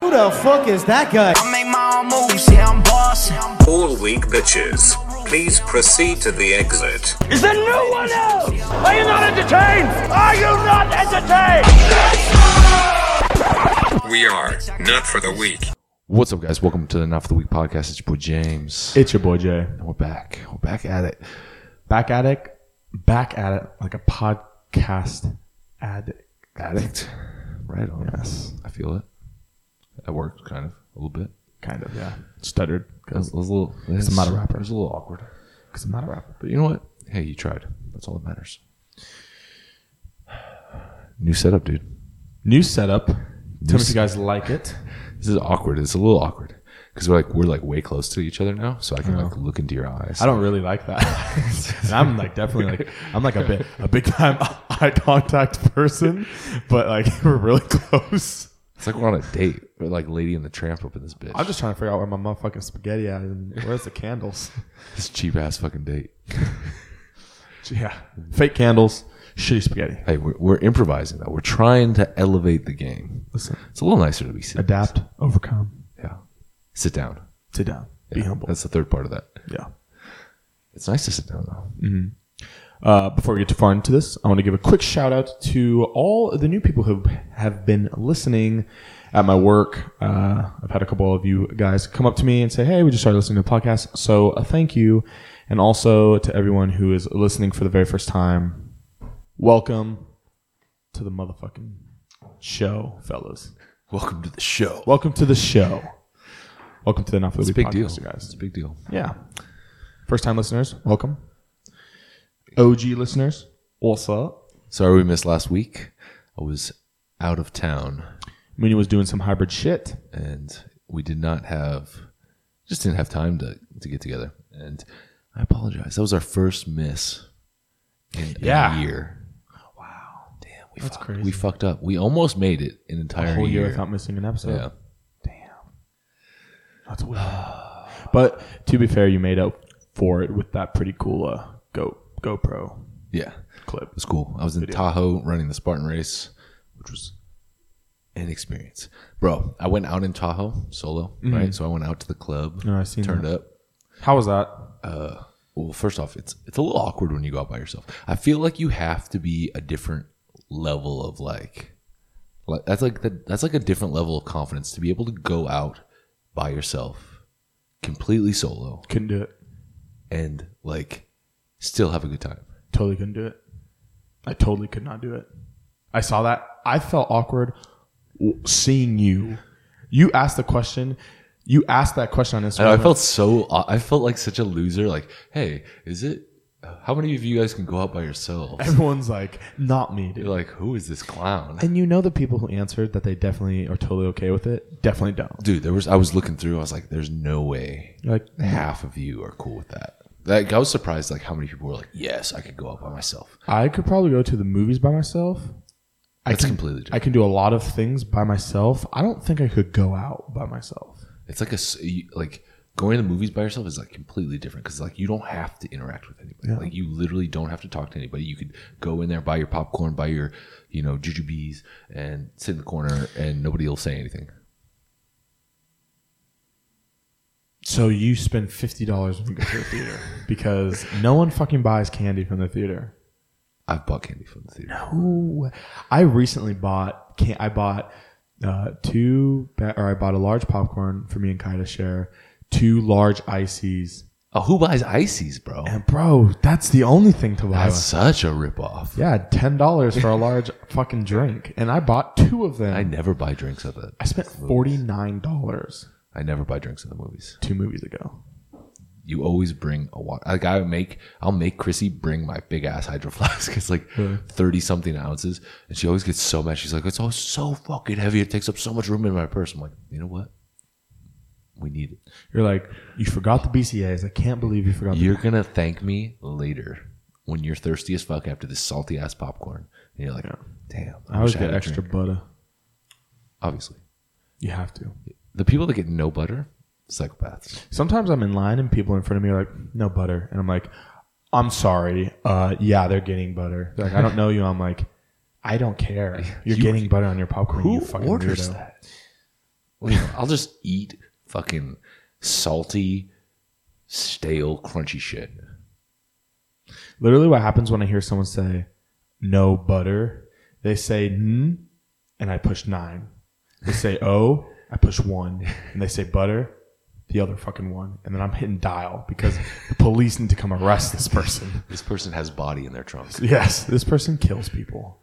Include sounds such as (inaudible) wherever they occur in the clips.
the fuck is that guy? I make my own moves, yeah, I'm boss. All weak bitches. Please proceed to the exit. Is there no one else? Are you not entertained? Are you not entertained? We are not for the weak. What's up, guys? Welcome to the Not for the Week podcast. It's your boy James, It's your boy Jay. and we're back. We're back at it. Back at it, back at it like a podcast addict. Addict, right on. Yes, I feel it. That worked, kind of a little bit. Kind of, yeah. Stuttered It was, because it was a little. I'm not a rapper. It was a little awkward, I'm not a rapper. but you know what? Hey, you tried. That's all that matters. New setup, dude. New setup. Tell me if you guys like it. This is awkward. It's a little awkward because we're like we're like way close to each other now, so I can like look into your eyes. Oh. I don't really like that. and I'm like definitely like I'm like a bit a big time (laughs) eye contact person, but like (laughs) we're really close. It's like we're on a date. We're like Lady and the Tramp up in this bitch. I'm just trying to figure out where my motherfucking spaghetti at and where's the candles. this cheap ass fucking date. (laughs) yeah, fake candles, shitty spaghetti. Hey, we're, we're improvising though. We're trying to elevate the game. Listen, It's a little nicer to be sit. adapt, overcome, Yeah. Sit down. sit down, be Yeah, humble. That's the third part of that. Yeah. It's nice to sit down though. Uh, before we get too far into this, I want to give a quick shout out to all the new people who have been listening at my work. Uh, I've had a couple of you guys come up to me and say, "Hey, we just started listening to the podcast," so uh, thank you, and also to everyone who is listening for the very first time. Welcome to the motherfucking show, fellas. Welcome to the show. Welcome to the show. Welcome to the Not for the It's a Week big deal, podcast, you guys. It's a big deal. Yeah. First time listeners, welcome. OG listeners, what's up? Sorry we missed last week. I was out of town Mooney was doing some hybrid shit. and we did not have just didn't have time to, to get together. And I apologize. That was our first miss in, in Yeah. a year. Wow. Damn, we That's fucked, crazy. we fucked up. We almost made it an entire A whole year year. without missing an episode. yeah. That's weird. but to be fair, you made up for it with that pretty cool uh, Go GoPro Yeah. clip. It was cool. I was in Tahoe running the Spartan race, which was an experience. Bro, I went out in Tahoe solo, right? So I went out to the club. No, Mm-hmm. Oh, I seen turned that. up. How was that? Well, first off, it's it's a little awkward when you go out by yourself. I feel like you have to be a different level of like, like that's like the, that's like a different level of confidence to be able to go out by yourself, completely solo, Couldn't do it. and like still have a good time. Totally couldn't do it. I totally could not do it. I saw that. I felt awkward w- seeing you. You asked the question. You asked that question on Instagram. And I felt so I felt like such a loser. Like, hey, is it? How many of you guys can go out by yourselves? (laughs) Everyone's like, not me, dude. You're like, who is this clown? And you know the people who answered that they definitely are totally okay with it. Definitely don't. Dude, there was. I was looking through. I was like, there's no way You're like, half of you are cool with that. Like, I was surprised, like how many people were like, yes, I could go out by myself. I could probably go to the movies by myself. I That's can, completely different. I can do a lot of things by myself. I don't think I could go out by myself. It's like a s- you- like going to the movies by yourself is like completely different because like you don't have to interact with anybody. Like you literally don't have to talk to anybody. You could go in there, buy your popcorn, buy your you know jujubes, and sit in the corner, and nobody will say anything. So you spend fifty dollars when you go to the (laughs) theater because no one fucking buys candy from the theater. I've bought candy from the theater. Ooh, I recently bought can I bought uh, two ba- or I bought a large popcorn for me and Kai to share, two large ices, Oh, who buys ices, bro? and bro, that's the only thing to buy. That's such a ripoff. Yeah, ten dollars (laughs) for a large fucking drink, and I bought two of them. I never buy drinks at the. I spent forty nine dollars I never buy drinks at the movies. two movies ago. You always bring a water. Like I make, I'll make Chrissy bring my big ass hydro flask. (laughs) It's like thirty something ounces, and she always gets so mad. She's like, "It's all so fucking heavy. It takes up so much room in my purse." I'm like, you know what? We need it. You're like, you forgot the BCAs. I can't believe you forgot. You're gonna thank me later when you're thirsty as fuck after this salty ass popcorn, and you're like, "Damn." the I always wish had get a extra drink." butter. Obviously, You have to. the people that get no butter, psychopaths. Sometimes I'm in line and people in front of me are like, no butter, and I'm like, I'm sorry. Uh, yeah, they're getting butter. They're like, I don't know you. I'm like, I don't care. (laughs) You're You- getting butter on your popcorn. Who you fucking orders weirdo. that? I'll just eat fucking salty, stale, crunchy shit. Literally, what happens when I hear someone say "no butter"? They say "n," and I push nine. They say (laughs) "oh," I push one, and they say "butter," the other fucking one, and then I'm hitting dial because the police need to come arrest (laughs) this person. This person has body in their trunk. Yes, this person kills people.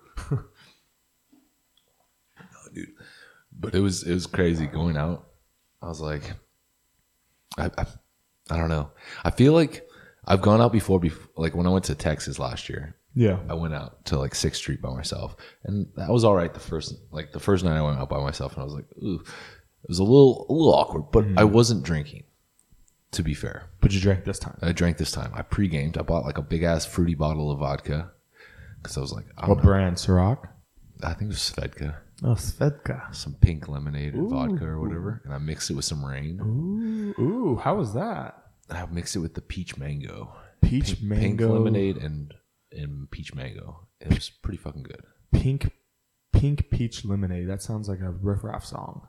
but it was it was crazy going out. I was like, I, I, I don't know. I feel like I've gone out before, before. Like when I went to Texas last year, Yeah, I went out to like Sixth Street by myself, and that was all right. The first like the first night I went out by myself, and I was like, ooh, it was a little a little awkward, but I wasn't drinking. To be fair, but you drank this time. I drank this time. I pre-gamed. I bought like a big ass fruity bottle of vodka because I was like, I, What don't know. brand? Ciroc. I think it was Svedka. Oh, Svedka. some pink lemonade and vodka or whatever, and I mix it with some rain. Ooh, how was that? And I mix it with the peach mango, Peach mango pink lemonade, and and peach mango. It was pretty fucking good. Pink, pink peach lemonade. That sounds like a riffraff song.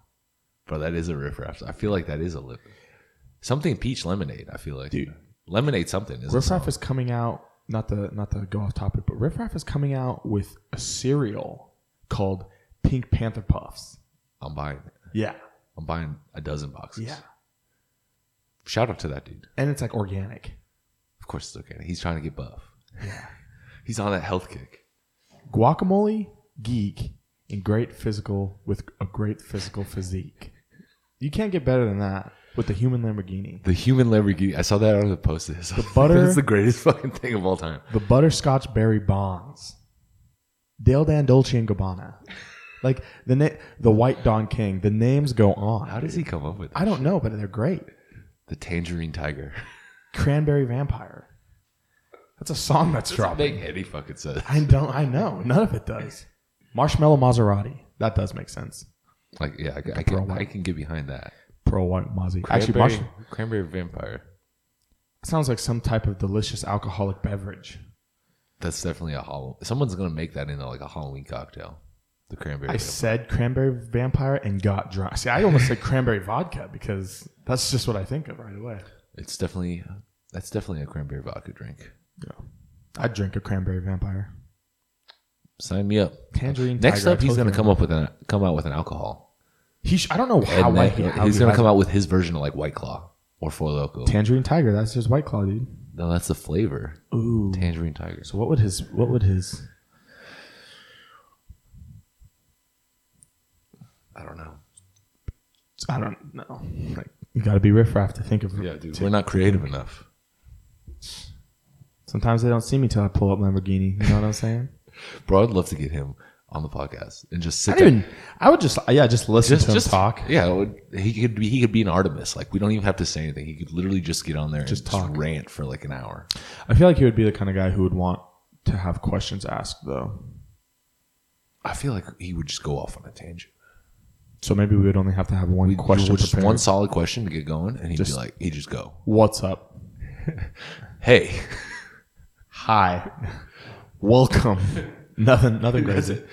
Bro, that is a riff raff. I feel like that is a lip. Something peach lemonade. I feel like Dude. lemonade something is Riff Raff is coming out. Not the not to go off topic, but Riff Raff is coming out with a cereal called Pink Panther Puffs. I'm buying. it. Yeah, I'm buying a dozen boxes. yeah, Shout out to that dude. and it's like organic. Of course it's okay. He's trying to get buff. Yeah. (laughs) He's on that health kick. Guacamole geek in great physical with a great physical physique. You can't get better than that with the human Lamborghini. The human Lamborghini. I saw that on the post. The butter- (laughs) That's the greatest fucking thing of all time. the butterscotch berry bonds, Dale Dan Dolce and Gabbana, like the na- the white Don King. The names go on. How does he come up with? That? I don't know, but they're great. The tangerine tiger. (laughs) Cranberry Vampire. That's a song that's dropping. Make any fucking sense. I don't. I know none of it does. Marshmallow Maserati. That does make sense. Like yeah, I, I pearl can white. I can get behind that. Pearl White Mozzie. Actually, Cranberry, marsh- cranberry vampire. sounds like some type of delicious alcoholic beverage. That's definitely a hollow. Someone's gonna make that into like a Halloween cocktail. The cranberry. I vampire. said cranberry vampire and got drunk. See, I almost said cranberry vodka because that's just what I think of right away. It's definitely that's definitely a cranberry vodka drink. I'd drink a cranberry vampire. Sign me up. Tangerine. Next tiger, I up, he's told gonna you. come up with an come out with an alcohol. He sh- I don't know And how then white he, how he's he gonna has come it. out with his version of like White Claw or Four Loco. Tangerine tiger. That's just white claw, dude. no, that's the flavor. Ooh. Tangerine tiger. So what would his? What would his? I don't know. I don't know. Like you got to be riffraff to think of. Yeah, dude, we're not creative enough. Sometimes they don't see me till I pull up Lamborghini. You know what I'm saying? Bro, I'd love to get him on the podcast and just (laughs) I sit don't there. even. I would just yeah, just listen just to him just talk. Yeah, it would- he could be he could be an Artemis. Like we don't even have to say anything. He could literally just get on there Just and talk. just rant for like an hour. I feel like he would be the kind of guy who would want to have questions asked though. I feel like he would just go off on a tangent. So maybe we would only have to have one question. just prepared. one solid question to get going, and he'd Just- be like, he'd just go, What's up? "Hey, (laughs) Hi. (laughs) (laughs) Welcome. nothing. Nothing That's crazy. it.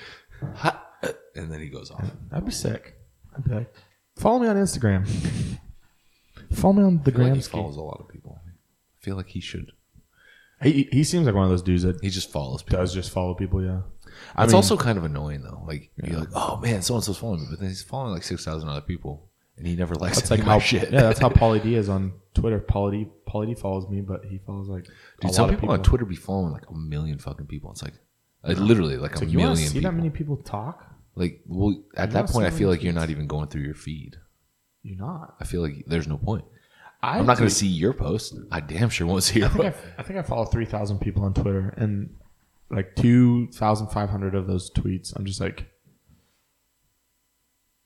Ha- uh," and then he goes off. That'd be sick. I'd be like, follow me (laughs) on Instagram. follow me on the I feel like he Grams. follows a lot of people. I feel like he should. he, he seems like one of those dudes that He just follows people. does just follow people. Yeah. I It's mean, also kind of annoying though. Like you're like, oh man, so and so's following me, but then he's following like six thousand other people, and he never likes that's like any of my how shit. yeah that's how Pauly D is on Twitter. Pauly D, Pauly D follows me, but he follows like a (laughs) Dude, lot some of people, on Twitter be following like a million fucking people. It's like, like literally like It's a like, you want to million see people. that many people talk? like, well, at that wanna point, I see feel that like you're not even going through your feed. You're not. I feel like there's no point. I I'm not going do- to see your post. I damn sure won't see your I think post. I, I think I follow three thousand people on Twitter, and like two thousand five hundred of those tweets, I'm just like,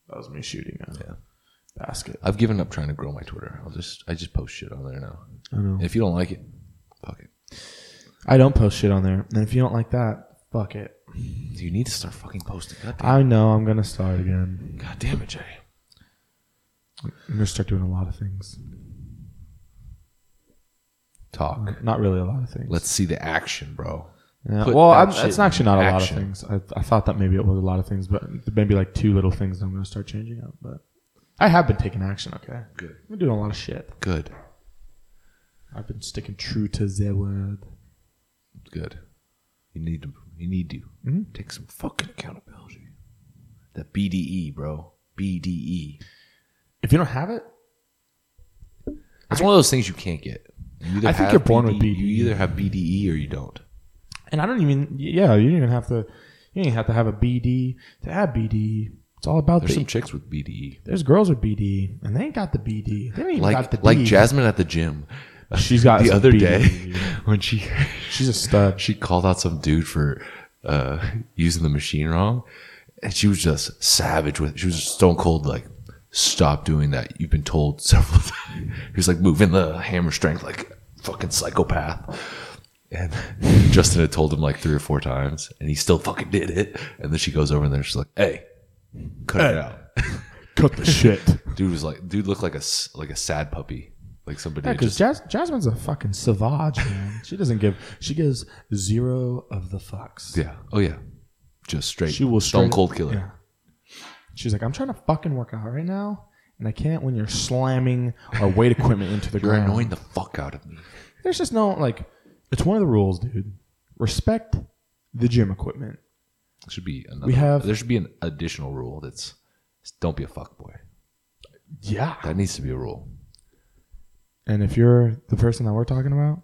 that was me shooting a Yeah. basket. I've given up trying to grow my Twitter. I'll just I just post shit on there now. I know. And if you don't like it, fuck it. I don't post shit on there, and if you don't like that, fuck it. Do you need to start fucking posting? God damn, I know I'm gonna start again. God damn it, Jay. I'm gonna start doing a lot of things. Talk. Not really a lot of things. Let's see the action, bro. Yeah, put well, that I'm, shit it's actually not in a lot of action. things. I, I thought that maybe it was a lot of things, but maybe like two little things. I'm gonna start changing up, but I have been taking action. Okay, good. I've been doing a lot of shit. Good. I've been sticking true to the word. Good. You need to. You need to Mm-hmm. take some fucking accountability. That BDE, E, bro. E. BDE. If you don't have it, It's one of those things you can't get. You either I have think E, you're born with E. BDE. You either have BDE or you don't. and I don't even. Yeah, you don't even have to. You don't even have to have a BD to have BD. It's all about There's the. some chicks with BDE, there's girls with BD, and they ain't got the BD. They ain't even got like the like D. E. Jasmine at the gym She's got the some other BD. day when she She's a stud. she called out some dude for uh, using the machine wrong, and she was just savage with. She was just stone cold like, "Stop doing that! You've been told several (laughs) times." He was like moving the hammer strength like fucking psychopath, and (laughs) Justin had told him like three or four times, and he still fucking did it. And then she goes over and there, she's like, "Hey, cut it out." Cut the shit. (laughs) Dude was like, dude looked like a s- like a sad puppy, like somebody Yeah, had because Jas- Jasmine's a fucking savage, man. she doesn't give. She gives zero of the fucks. Yeah. Oh yeah. Just straight. She will stone straight- cold killer. yeah. She's like, I'm trying to fucking work out right now, and I can't when you're slamming our weight equipment into the (laughs) You're ground. annoying the fuck out of me. There's just no like. It's one of the rules, dude. Respect the gym equipment. Should be another. We have- There should be an additional rule that's don't be a fuck boy. Yeah. That needs to be a rule. And if you're the person that we're talking about,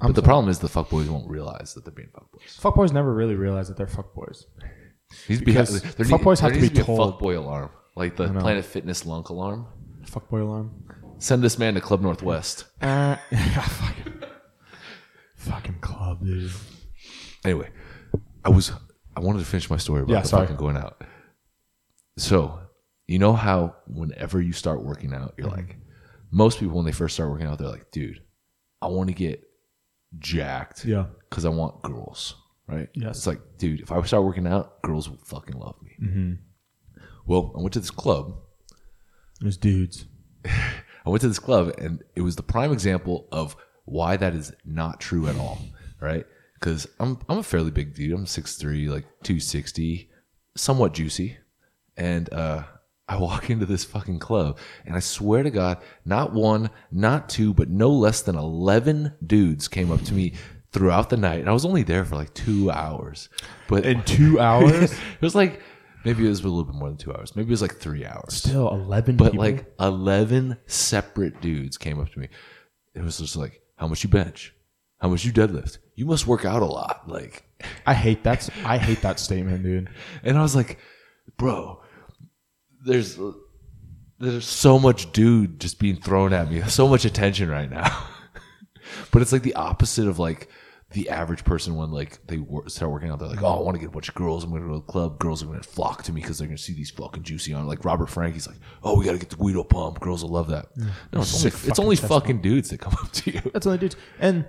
I'm but the problem is the fuck boys won't realize that they're being fuck boys. fuckboys never really realize that they're fuckboys. He's Because fuckboys have to be told. fuck boy alarm, like the know. Planet Fitness lunk alarm. Fuckboy alarm. Send this man to Club Northwest. Uh, (laughs) yeah, fucking, fucking club, dude. Anyway, I was I wanted to finish my story about Yeah, the sorry. fucking going out. So you know how whenever you start working out, you're Mm-hmm. like most people when they first start working out, they're like, dude, I want to get jacked. Yeah. Because I want girls. Right? Yes. It's like, dude, if I start working out, girls will fucking love me. Well, I went to this club There's dudes. I went to this club and it was the prime example of why that is not true at all, right? Because I'm I'm a fairly big dude. I'm 6'3", like 260, somewhat juicy. And uh, I (laughs) walk into this fucking club and I swear to God, not one, not two, but no less than 11 dudes came up to me throughout the night. And I was only there for like two hours. But In two (laughs) (laughs) hours, it was like, maybe it was a little bit more than two hours. Maybe it was like three hours. still eleven. But people? like eleven separate dudes came up to me. It was just like, "How much you bench? How much you deadlift? You must work out a lot." Like, I hate that. I hate that statement, dude. and I was like, "Bro, there's there's so much dude just being thrown at me. (laughs) So much attention right now." (laughs) but it's like the opposite of like the average person when like they wor- start working out. They're like, "Oh, I want to get a bunch of girls. I'm going to go to the club. Girls are going to flock to me because they're going to see these fucking juicy on." Like Robert Frank, he's like, "Oh, we got to get the Guido pump. Girls will love that." No, it's only, Sick it's fucking only test fucking dudes that come up to you. That's only dudes. And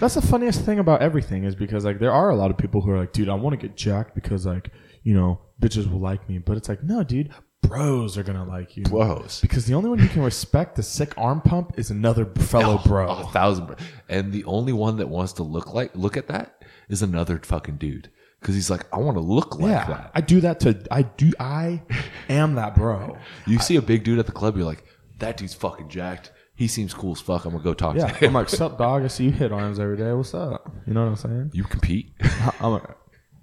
that's the funniest thing about everything is because like there are a lot of people who are like, dude, I want to get jacked because like you know bitches will like me, but it's like no, dude, bros are gonna like you. Bros. Because the only one you can respect the sick arm pump is another fellow bro. a thousand. Bro. And the only one that wants to look like look at that is another fucking dude because he's like, I want to look like yeah, that. I do that to I do I am that bro. You see a big dude at the club, you're like, that dude's fucking jacked. He seems cool as fuck. I'm gonna go talk to Yeah, him. (laughs) I'm like, sup, dog. I see you hit arms every day. What's up? You know what I'm saying? you compete. (laughs) I'm like,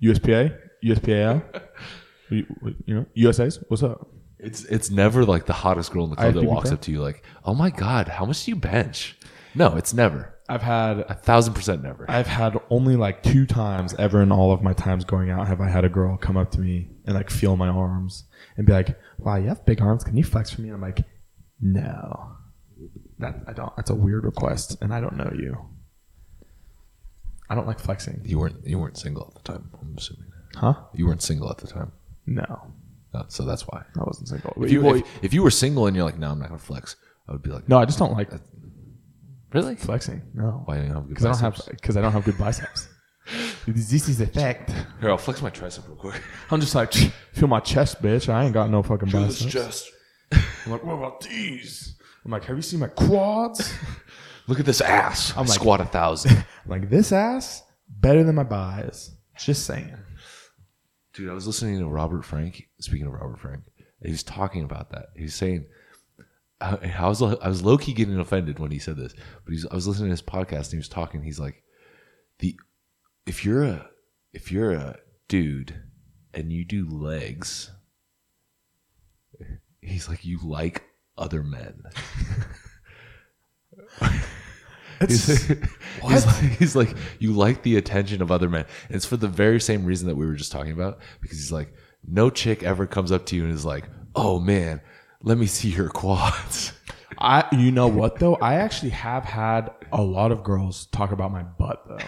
USPA, USPAL, you, you know, USAs. What's up? It's it's never like the hottest girl in the club that IFBB walks pro? up to you like, oh my god, how much do you bench? No, it's never I've had a thousand percent never. I've had only like two times ever in all of my times going out have I had a girl come up to me and like feel my arms and be like, "Wow, you have big arms. Can you flex for me?" And I'm like, "No, that I don't. That's a weird request, and I don't know you. I don't like flexing, you weren't you weren't single at the time. I'm assuming huh? you weren't single at the time, No, Uh, so that's why. I wasn't single. If you, if, if you were single and you're like, no, I'm not gonna flex, I would be like, no, I just don't like really? flexing. No, Why do you have good because I don't have biceps? because I don't have good biceps. this is effect. Here, I'll flex my tricep real quick. (laughs) I'm just like feel my chest, bitch. I ain't got no fucking biceps. chest. I'm like, what about these? I'm like, have you seen my quads? (laughs) Look at this ass. I'm like- squat a (laughs) thousand. I'm like this ass better than my buys. Just saying. Dude, I was listening to Robert Frank. Speaking of Robert Frank, He was talking about that. He was saying, I, I was I was low key getting offended when he said this, but he's, I was listening to his podcast and he was talking. He's like, the if you're a if you're a dude and you do legs, he's like you like other men. (laughs) He's, (laughs) he's like, he's like, you like the attention of other men. And it's for the very same reason that we were just talking about, because he's like, no chick ever comes up to you and is like, oh man, let me see your quads. (laughs) I, you know what though? I actually have had a lot of girls talk about my butt though.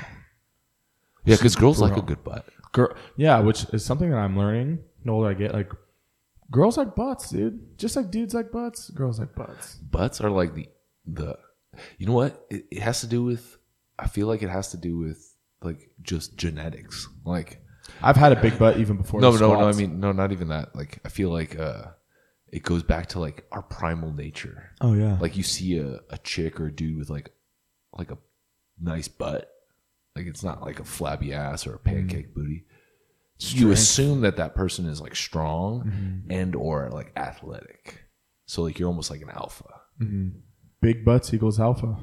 yeah, because girls like a good butt. Girl, yeah, which is something that I'm learning. The older I get, like, girls like butts, dude. Just like dudes like butts, girls like butts. Butts are like the, the you know what? It, it has to do with, I feel like it has to do with like just genetics. Like, I've had a big butt even before. no, the no, no, I squats. mean, no, not even that. Like, I feel like, uh, it goes back to like our primal nature. oh yeah, like you see a, a chick or a dude with like like a nice butt like it's not like a flabby ass Mm-hmm. or a pancake booty you assume that that person is like strong Mm-hmm. and or like athletic so like you're almost like an alpha Mm-hmm. big butts equals alpha.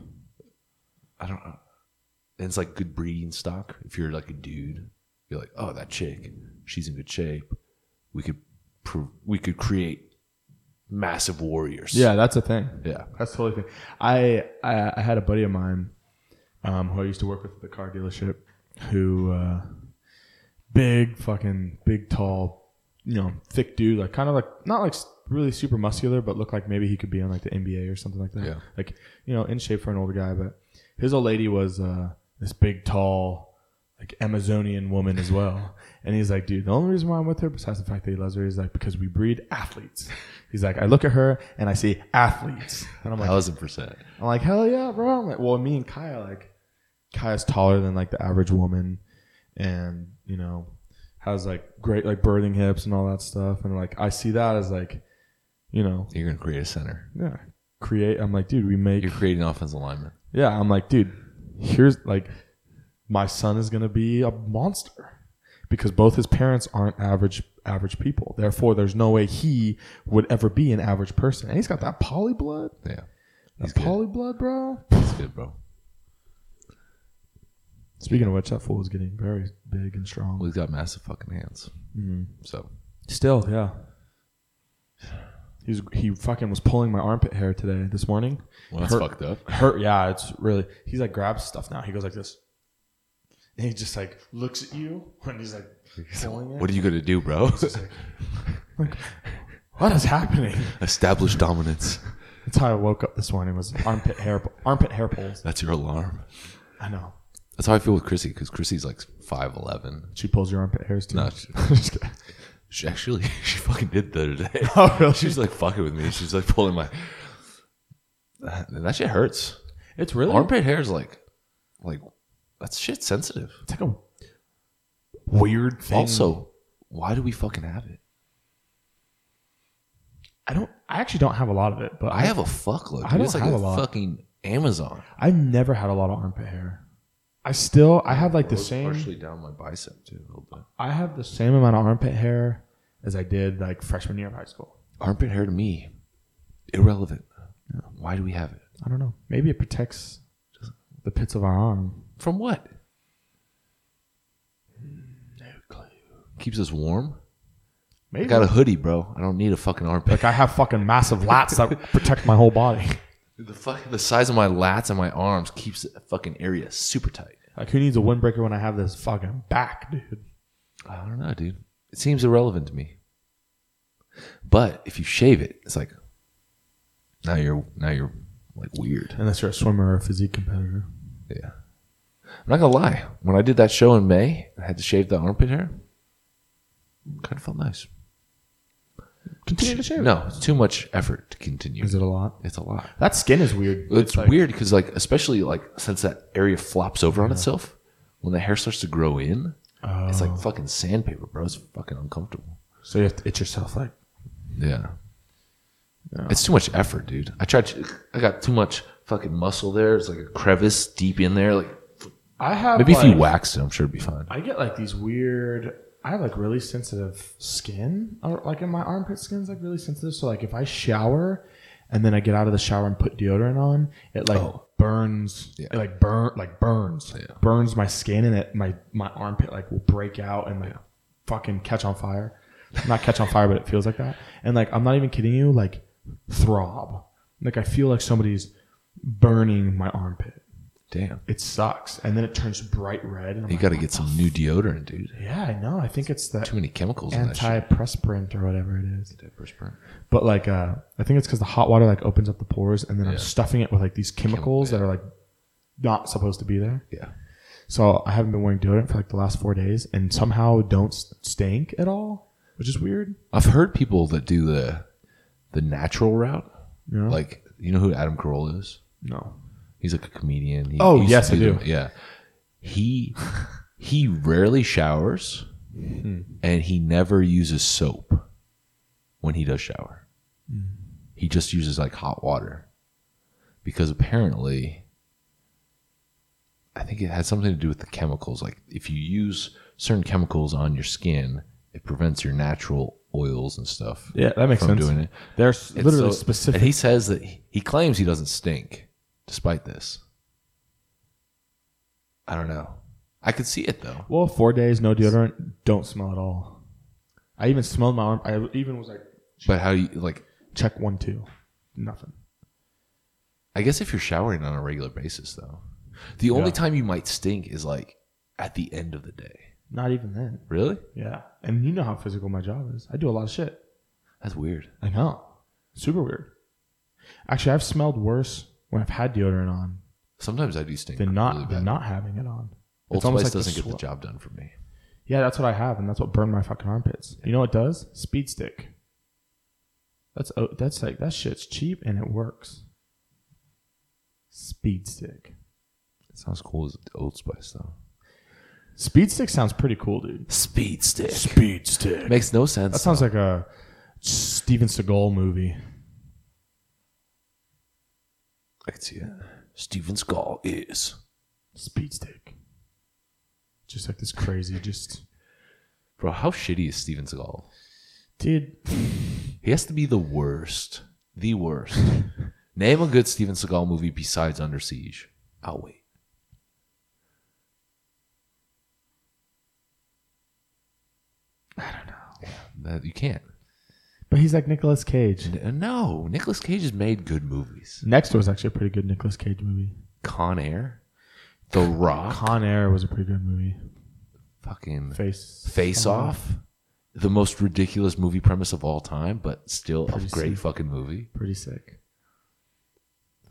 i don't know and it's like good breeding stock if you're like a dude you're like oh that chick she's in good shape we could pro- we could create massive warriors Yeah, that's a thing. yeah That's totally a thing. I, I I had a buddy of mine um, who I used to work with at the car dealership, who uh, big fucking big tall, you know, thick dude, like kind of like not like s- really super muscular, but looked like maybe he could be on like the NBA or something like that. Yeah. Like you know, in shape for an older guy, but his old lady was uh, this big tall. Like Amazonian woman as well, and he's like, dude, the only reason why I'm with her, besides the fact that he loves her, is like because we breed athletes. He's like, I look at her and I see athletes, and I'm like, thousand percent I'm like, hell yeah, bro. I'm like, well, me and Kaya, like, Kaya's taller than like the average woman, and you know, has like great like birding hips and all that stuff, and like I see that as like, you know, you're gonna create a center yeah, create. I'm like, dude, we make. you're creating offensive alignment Yeah, I'm like, dude, here's like, my son is gonna be a monster because both his parents aren't average average people. Therefore, there's no way he would ever be an average person, and he's got that poly blood. yeah That He's good. poly blood, bro. That's good, bro. Speaking of which, that fool was getting very big and strong. We've got massive fucking hands. Mm-hmm. So Still, yeah. He's he fucking was pulling my armpit hair today this morning. well, that's Hurt- fucked up. Hurt, yeah, it's really. He's like grabs stuff now. He goes like this, and he just like looks at you, and he's like pulling it. What are you gonna do, bro? (laughs) What is happening? Establish dominance. That's how I woke up this morning. Was armpit hair armpit hair pulls. That's your alarm. I know. That's how I feel with Chrissy because Chrissy's like five eleven. She pulls your armpit hairs too. No, (laughs) she- Just kidding. she actually (laughs) she fucking did the other day. (laughs) Oh, really? She was like fucking with me. She's like pulling my. (sighs) And that shit hurts. it's really Armpit hair is like, like, that's shit sensitive. It's like a weird thing. Also, why do we fucking have it? I don't. I actually don't have a lot of it, but I have a fuckload. dude. I don't it's like have a a lot. fucking Amazon. I've never had a lot of armpit hair. I still I have like the same partially down my bicep too a little bit. I have the same amount of armpit hair as I did like freshman year of high school. armpit hair to me irrelevant why do we have it I don't know. Maybe it protects the pits of our arm. from what keeps us warm i Maybe got a hoodie bro i don't need a fucking armpit like I have fucking massive lats that (laughs) protect my whole body. the fuck, the size of my lats and my arms keeps the fucking area super tight Like who needs a windbreaker when I have this fucking back, dude? i don't know dude it seems irrelevant to me but if you shave it it's like now you're now you're like weird Unless you're a swimmer or a physique competitor. Yeah. I'm not gonna lie. When I did that show in May, I had to shave the armpit hair. Kind of felt nice. Continue to shave. it. No, it's too much effort to continue. Is it a lot? It's a lot. That skin is weird. It's, like- weird because, like, especially like since that area flops over on itself, when the hair starts to grow in, it's Oh. like fucking sandpaper, bro. It's fucking uncomfortable. So you have to itch yourself like Yeah. It's too much effort, dude. I tried. To, I got too much fucking muscle there. It's like a crevice deep in there. Like I have maybe if you like- waxed it, I'm sure it'd be fine. I get like these weird I have like really sensitive skin, or like in my armpit skin's like really sensitive. So like if I shower and then I get out of the shower and put deodorant on, it like Oh. burns, it like burn, like burns, burns my skin and it my my armpit like will break out and like fucking catch on fire. Not catch on fire, but it feels like that. And like I'm not even kidding you, like throb. Like I feel like somebody's burning my armpit. Damn. It sucks, and then it turns bright red. And I'm You like, got to get some new deodorant, dude. yeah, I know. I think it's that Too many chemicals in that shit. antiperspirant or whatever it is. Antiperspirant. But like, uh, I think it's because the hot water like opens up the pores, and then I'm stuffing it with like these chemicals that are like not supposed to be there. Yeah. So I haven't been wearing deodorant for like the last four days, and somehow don't s- stink at all, which is weird. I've heard people that do the the natural route. Yeah. Like you know who Adam Carolla is? No, He's He's like a comedian. He, Oh, he used yes, to I the- do. yeah, he he rarely showers, and he never uses soap when he does shower. He just uses like hot water because apparently, I think it has something to do with the chemicals. Like if you use certain chemicals on your skin, it prevents your natural oils and stuff. Yeah, that makes from sense. Doing it, they're s- And literally so- specific. And he says that he, he claims he doesn't stink, despite this. I don't know. I could see it though. Well, four days no deodorant, don't smell at all. I even smelled my arm. I even was like, But how you like? check one two, nothing. I guess if you're showering on a regular basis, though, the only time you might stink is like at the end of the day. Not even then. Really? Yeah, and you know how physical my job is. I do a lot of shit. That's weird. I know. Super weird. Actually, I've smelled worse when I've had deodorant on Sometimes I do stink. than really not than bad. not having it on. Old It's almost Spice like the doesn't get the swe- job done for me. Yeah, that's what I have, and that's what burned my fucking armpits. You know what it does? Speed stick. That's oh, that's like that shit's cheap and it works. Speed stick. It sounds cool as Old Spice though. Speed stick sounds pretty cool, dude. Speed stick Speed stick. makes no sense. That sounds like a Steven Seagal movie. I could see it. Steven Skull is Speed stick. Just like this crazy, just bro. How shitty is Steven Skull? dude. He has to be the worst. The (laughs) worst. Name a good Steven Seagal movie besides Under Siege. I'll wait. I don't know. That, you can't. But he's like Nicolas Cage. N- uh, No, Nicolas Cage has made good movies. Next Door is actually a pretty good Nicolas Cage movie. Con Air, The Rock, Con Air was a pretty good movie. fucking Face. Face Off, the most ridiculous movie premise of all time, but still a Pretty great sick. fucking movie. Pretty sick.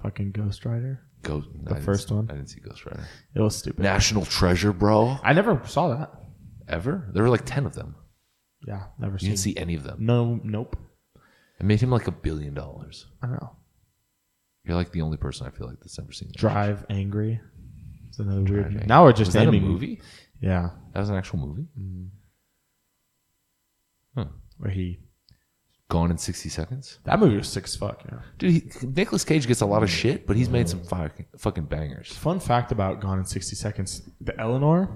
Fucking Ghost Rider. Ghost, The first one? I didn't see Ghost Rider. It was stupid. National Treasure, bro. I never saw that. Ever? There were like ten of them. Yeah, never You seen. didn't see any of them. No, nope. It made him like a billion dollars. I don't know. You're like the only person I feel like that's ever seen that. Drive Angry. It's another weird. Drive name. Angry. Now we're just Was that a naming- movie? Yeah, That was an actual movie. where he. Gone in sixty seconds. That movie was sick as fuck. Yeah. Dude, he, Nicolas Cage gets a lot of shit, but he's made some fucking fucking bangers. Fun fact about Gone in sixty seconds: the Eleanor,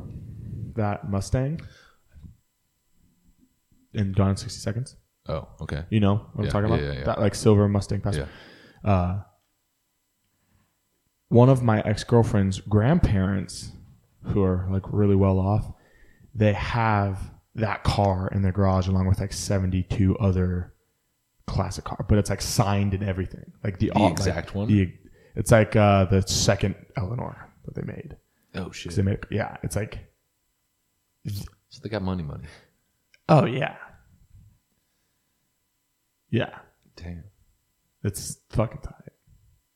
that Mustang, in Gone in sixty seconds. Oh, okay. You know Yeah, what I'm talking yeah, about? yeah, yeah. That like silver Mustang Passport. Uh, Yeah. one of my ex girlfriend's grandparents, who are like really well off, they have that car in their garage along with like 72 other classic car, but it's like signed and everything. Like the, all- like, exact one? the- it's like uh, the second Eleanor that they made. Oh 'Cause shit. They made yeah, it's like So they got money, money. oh yeah, yeah. Damn. It's fucking tight.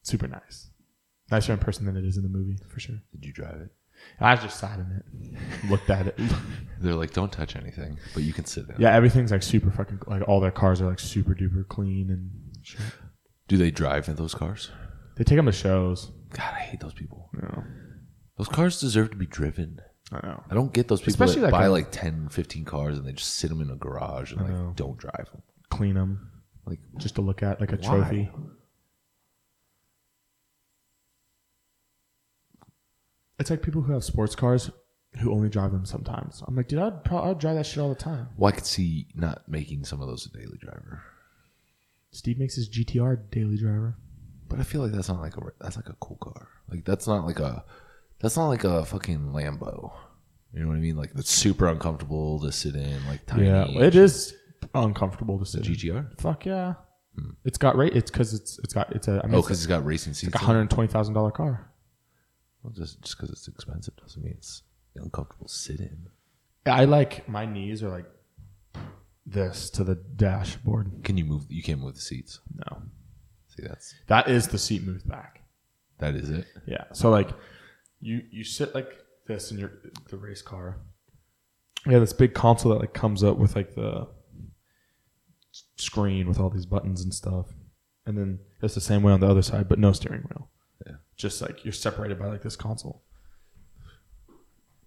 Super nice. Nicer in person than it is in the movie for sure. Did you drive it? I was just sat in it, looked at (laughs) it. They're like, don't touch anything, but you can sit down. Yeah, everything's like super fucking like all their cars are like super duper clean and shit. Do they drive in those cars? They take them to shows. God, I hate those people. No, Those cars deserve to be driven. I know. I don't get those people Especially that like buy a- like 10, 15 cars and they just sit them in a garage and know. like don't drive them. Clean them Like just to look at like a Why? trophy. It's like people who have sports cars who only drive them sometimes. I'm like, dude, I'd, pro- I'd drive that shit all the time. Well, I could see not making some of those a daily driver, Steve makes his GTR daily driver. but I feel like that's not like a that's like a cool car. Like that's not like a that's not like a fucking Lambo. You know what I mean? Like that's super uncomfortable to sit in. Like tiny. Yeah, it is uncomfortable to sit. in. GTR. Fuck yeah. It's got rate. It's because it's it's got it's a I mean, Oh, it's a- because it's got racing seats. like a in it? hundred twenty thousand dollar car. Well, just just because it's expensive doesn't mean it's uncomfortable to sit in. I like my knees are like this to the dashboard. Can you move? You can't move the seats. No, See, that's that is the seat moved back. that is it. Yeah. So like, you you sit like this in your the race car. Yeah, this big console that like comes up with like the s- screen with all these buttons and stuff, and then it's the same way on the other side, but no steering wheel. Yeah. Just like you're separated by like this console.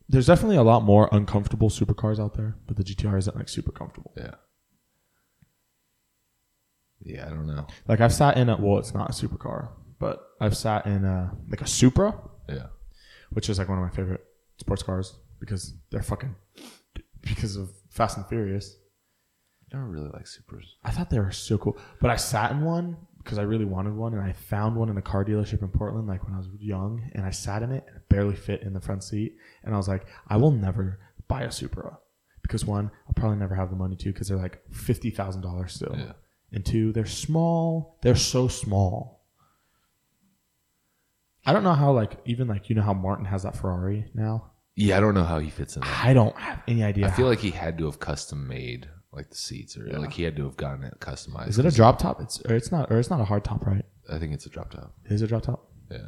There's definitely a lot more uncomfortable supercars out there, but the GTR isn't like super comfortable. Yeah. Yeah, I don't know. Like I've sat in a well, it's not a supercar, but I've sat in a like a Supra, Yeah. which is like one of my favorite sports cars because they're fucking because of Fast and Furious. I don't really like Supras. I thought they were so cool, but I sat in one because I really wanted one, and I found one in a car dealership in Portland, like when I was young, and I sat in it and it barely fit in the front seat, and I was like, I will never buy a Supra because one, I'll probably never have the money to because they're like fifty thousand dollars still, Yeah. and two, they're small, they're so small. I don't know how like even like you know how Martin has that Ferrari now. Yeah, I don't know how he fits in. That. I don't have any idea. I feel how- like he had to have custom made like the seats, or like he had to have gotten it customized. is it a drop top? It's or it's not or it's not a hard top, right? I think it's a drop top. It Is it a drop top? Yeah.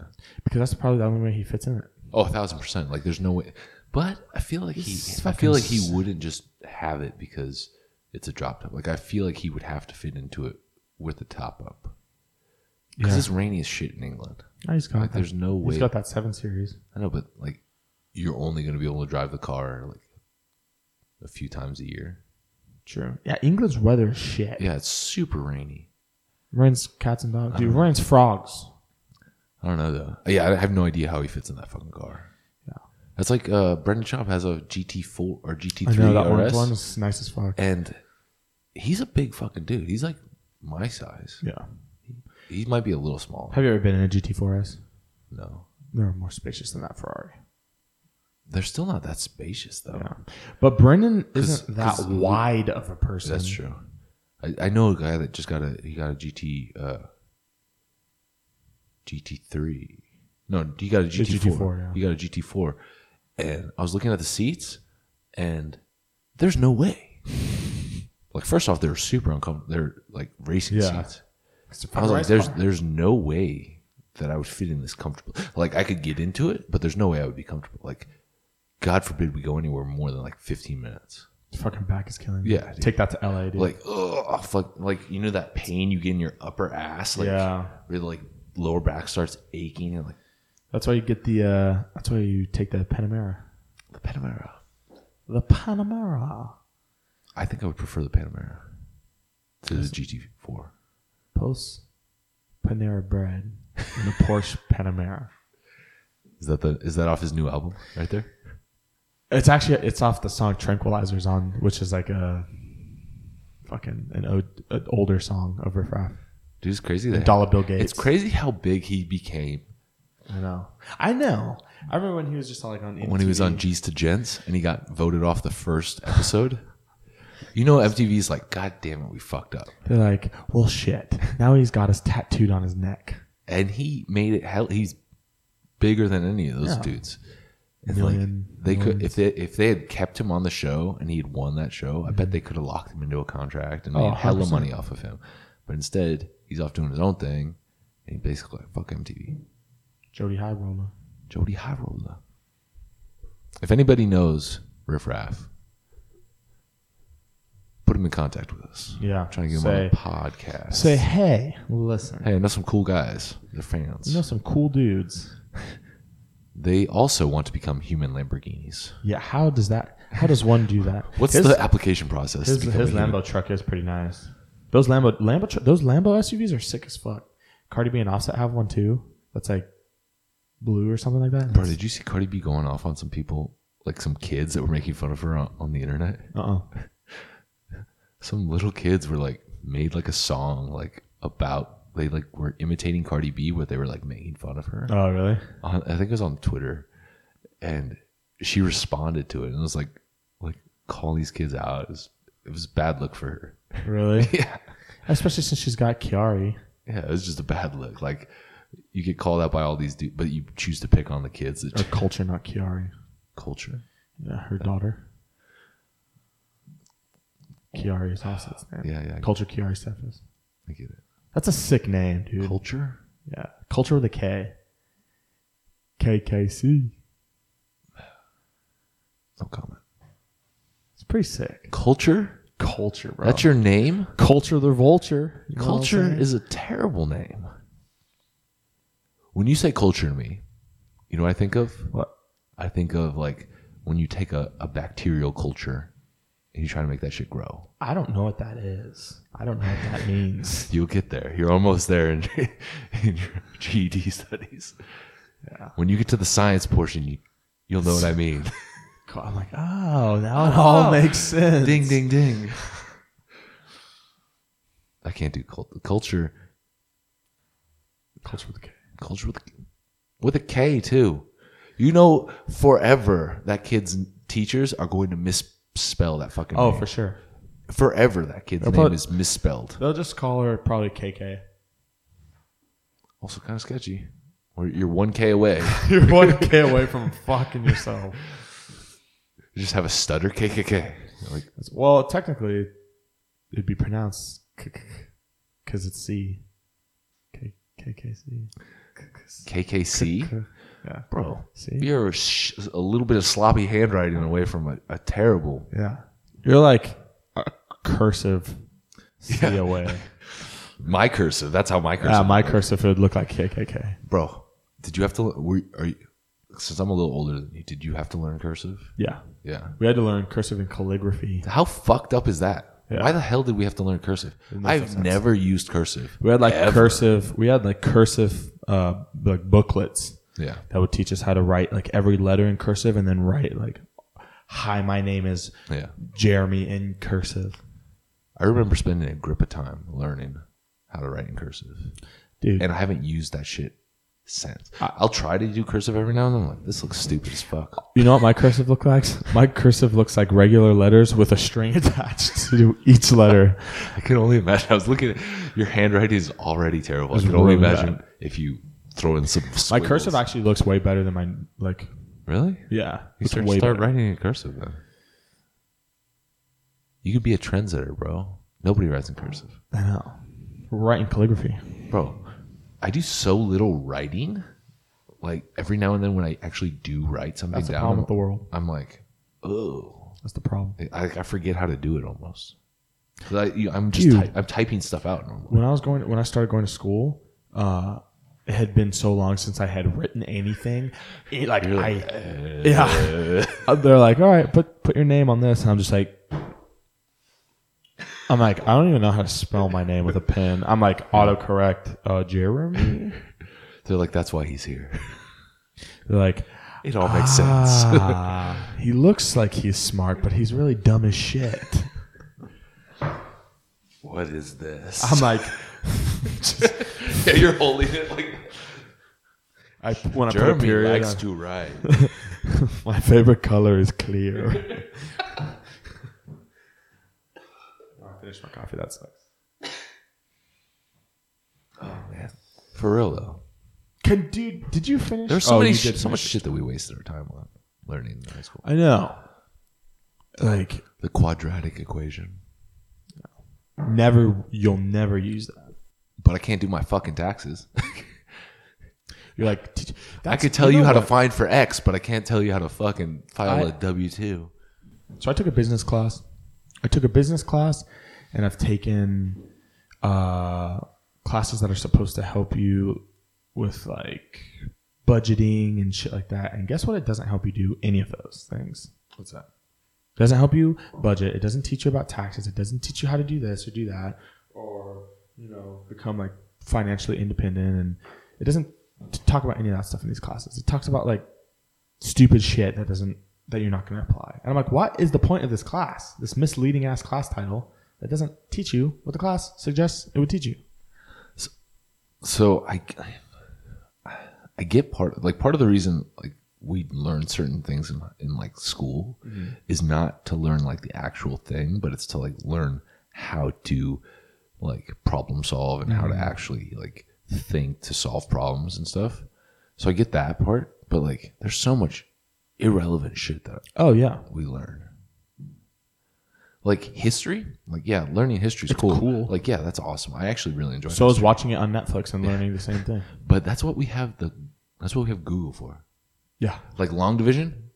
Because that's probably the only way he fits in it. Oh, a thousand percent. Like there's no way. But I feel like he. This is I feel fucking like he s- wouldn't just have it because it's a drop top. Like I feel like he would have to fit into it with the top up. Because Yeah. it's rainy as shit in England. Oh, he's got Like, that. there's no way. He's got that seven series. I know, but like you're only going to be able to drive the car like a few times a year. True. Yeah, England's weather is shit. Yeah, it's super rainy. Rains cats and dogs. Uh, Dude, rains frogs. I don't know though. Yeah, I have no idea how he fits in that fucking car. Yeah. That's like uh Brendan Schaub has a GT4 or GT3 I know that orange RS, one is nice as fuck. and he's a big fucking dude. He's like my size. Yeah. He might be a little small. Have you ever been in a GT4S? No, They're more spacious than that Ferrari. they're still not that spacious though. Yeah. But Brendan 'Cause- isn't that 'cause- wide of a person. That's true. I, I know a guy that just got a he got a GT uh, GT3. No, he got a GT4. GT4, yeah. He got a GT4, and I was looking at the seats, and there's no way. Like first off, they're super uncomfortable. They're like racing Yeah. seats. It's a I was like, race there's car. there's no way that I would fit in this comfortable. Like I could get into it, but there's no way I would be comfortable. Like, God forbid we go anywhere more than like 15 minutes. fucking back is killing me. Yeah, dude. Take that to LA, dude. like oh like, like you know that pain you get in your upper ass like Yeah. where like lower back starts aching and like that's why you get the uh that's why you take the Panamera. the Panamera The Panamera. I think I would prefer the Panamera to the GT4 Post Panera Bread and a (laughs) Porsche Panamera. is that the is that off his new album right there It's actually it's off the song "Tranquilizers" on, which is like a fucking an, od- an older song of Riff Raff. dude it's crazy that Dollar Bill Gates. it's crazy how big he became I know. I know. I remember when he was just like on when he was on MTV. G's to Gents and he got voted off the first episode you know MTV's like god damn it we fucked up They're like, well, shit. Now he's got us tattooed on his neck. and he made it hell he's bigger than any of those Yeah. dudes And, like, Million, they could millions. if they if they had kept him on the show and he had won that show i bet they could have locked him into a contract and made Mhm. Oh, hella 100%. money off of him but instead he's off doing his own thing and he basically like, fuck mtv Jody High Roma. jody Hirola. if anybody knows riff raff put him in contact with us Yeah. I'm trying to get say, him on a podcast Say, hey, listen. hey i know some cool guys they're fans You know some cool dudes. they also want to become human lamborghinis Yeah. How does that? How does one do that? What's His- the application process? to His, become his a human? Lambo truck is pretty nice. Those Lambo Lambo tr- those Lambo SUVs are sick as fuck. Cardi B and Offset have one too. That's like blue or something like that. Bro, did you see Cardi B going off on some people like some kids that were making fun of her on, on the internet. Uh-uh. Some little kids were like made like a song like about they like were imitating Cardi B, but they were like making fun of her. Oh, really? on, I think it was on Twitter, and she responded to it and was like, like calling these kids out. It was, it was a bad look for her. (laughs) Really? Yeah, Especially since she's got Kiari. yeah, it was just a bad look. Like you get called out by all these, dudes, but you choose to pick on the kids. That Or culture, not Kiari. culture. Yeah, her daughter. Kiari is also its name. Yeah, yeah. I- Culture Kiari Cephas. I get it. That's a sick name, dude. Culture. yeah. Culture with a K. KKC. No comment. It's pretty sick. Culture. Culture, bro. That's your name. culture the vulture. You know what I'm Culture saying? is a terrible name. When you say culture to me, you know what I think of? What? I think of like when you take a, a bacterial culture and you try to make that shit grow. I don't know what that is. I don't know what (laughs) that means. You'll get there. You're almost there in, (laughs) in your GED studies. When you get to the science portion, you, you'll know what I mean. I'm like, oh, now it all makes sense. ding, ding, ding. (laughs) I can't do cult- culture. Culture with a K. Culture with with a K too. You know, forever that kid's teachers are going to misspell that fucking. Oh, name. for sure. forever that kid's name probably- is misspelled. They'll just call her probably (laughs) KK. Also, kind of sketchy. Or you're one K away. You're (laughs) one K away from fucking yourself. You just have a stutter KKK. You're Like Well, technically, it'd be pronounced because it's C. K KKC. KKC, Yeah. bro. See? You're a, sh- a little bit of sloppy handwriting away from a, a terrible. Yeah. You're like a cursive C (laughs) away. My cursive. That's how my cursive. Yeah, my cursive would look like KKK. bro. Did you have to? Were, are you? Since I'm a little older than you, did you have to learn cursive? Yeah. Yeah. We had to learn cursive and calligraphy. How fucked up is that? Yeah. Why the hell did we have to learn cursive? I've never used cursive. We had like Ever. cursive. We had like cursive, uh, like booklets Yeah. that would teach us how to write like every letter in cursive and then write like, "Hi, my name is Yeah. Jeremy" in cursive. I remember spending a grip of time learning how to write in cursive, Dude, and I haven't used that shit since. I, I'll try to do cursive every now and then. I'm like, this looks stupid as (laughs) fuck. You know what my cursive looks like? My cursive looks like regular letters with a string (laughs) attached to each letter. I can only imagine. I was looking at your handwriting is already terrible. I can only really imagine if you throw in some. My squiggles. cursive actually looks way better than my like. really. Yeah, You looks start, way start better. writing in cursive then. You could be a trendsetter, bro. Nobody writes in cursive. I know. Writing calligraphy. Bro, I do so little writing. Like every now and then when I actually do write something That's the down, problem I'm, with the world. I'm like, oh, That's the problem. I, I forget how to do it almost. 'Cause I, you, I'm just Dude. ty- I'm typing stuff out normally. When I was going, when I started going to school, uh, it had been so long since I had written anything. It, like I, yeah. Uh, They're like, all right, put put your name on this, and I'm just like. I'm like, I don't even know how to spell my name with a pen. I'm like, autocorrect, uh, Jeremy. They're like, that's why he's here. (laughs) They're like, It all makes sense. ah, he looks like he's smart, but he's really dumb as shit. (laughs) (laughs) What is this? I'm like, yeah, (laughs) you're holding it like I when I put a Jeremy period, likes on- to write. (laughs) (laughs) my favorite color is clear. I finished my coffee. That sucks. For real though. Can dude, did you finish? There's so Oh, many, you shit, did so much finish. shit that we wasted our time on learning in high school. I know. Like The quadratic equation, never, you'll never use that. but I can't do my fucking taxes. (laughs) You're like, "Did you- I that's- could tell you, know how to what?" find for X, but I can't tell you how to fucking file I- a W two. So I took a business class. I took a business class, and I've taken uh, classes that are supposed to help you with like budgeting and shit like that. And guess what? It doesn't help you do any of those things. What's that? It doesn't help you budget. It doesn't teach you about taxes. It doesn't teach you how to do this or do that, or you know, become like financially independent. And it doesn't t- talk about any of that stuff in these classes. It talks about like stupid shit that doesn't that you're not going to apply. And I'm like, what is the point of this class? This misleading ass class title that doesn't teach you what the class suggests it would teach you. so I, I get part like part of the reason like we learn certain things in, in like school Mm-hmm. is not to learn like the actual thing, but it's to like learn how to like problem solve and Mm-hmm. how to actually like think to solve problems and stuff. So I get that part, but like there's so much irrelevant shit that Oh yeah. we learn. Like history, like yeah, learning history is cool. cool. Like yeah, that's awesome. I actually really enjoy. So I was watching it on Netflix and learning the same thing. But that's what we have the that's what we have Google for. Yeah. Like long division,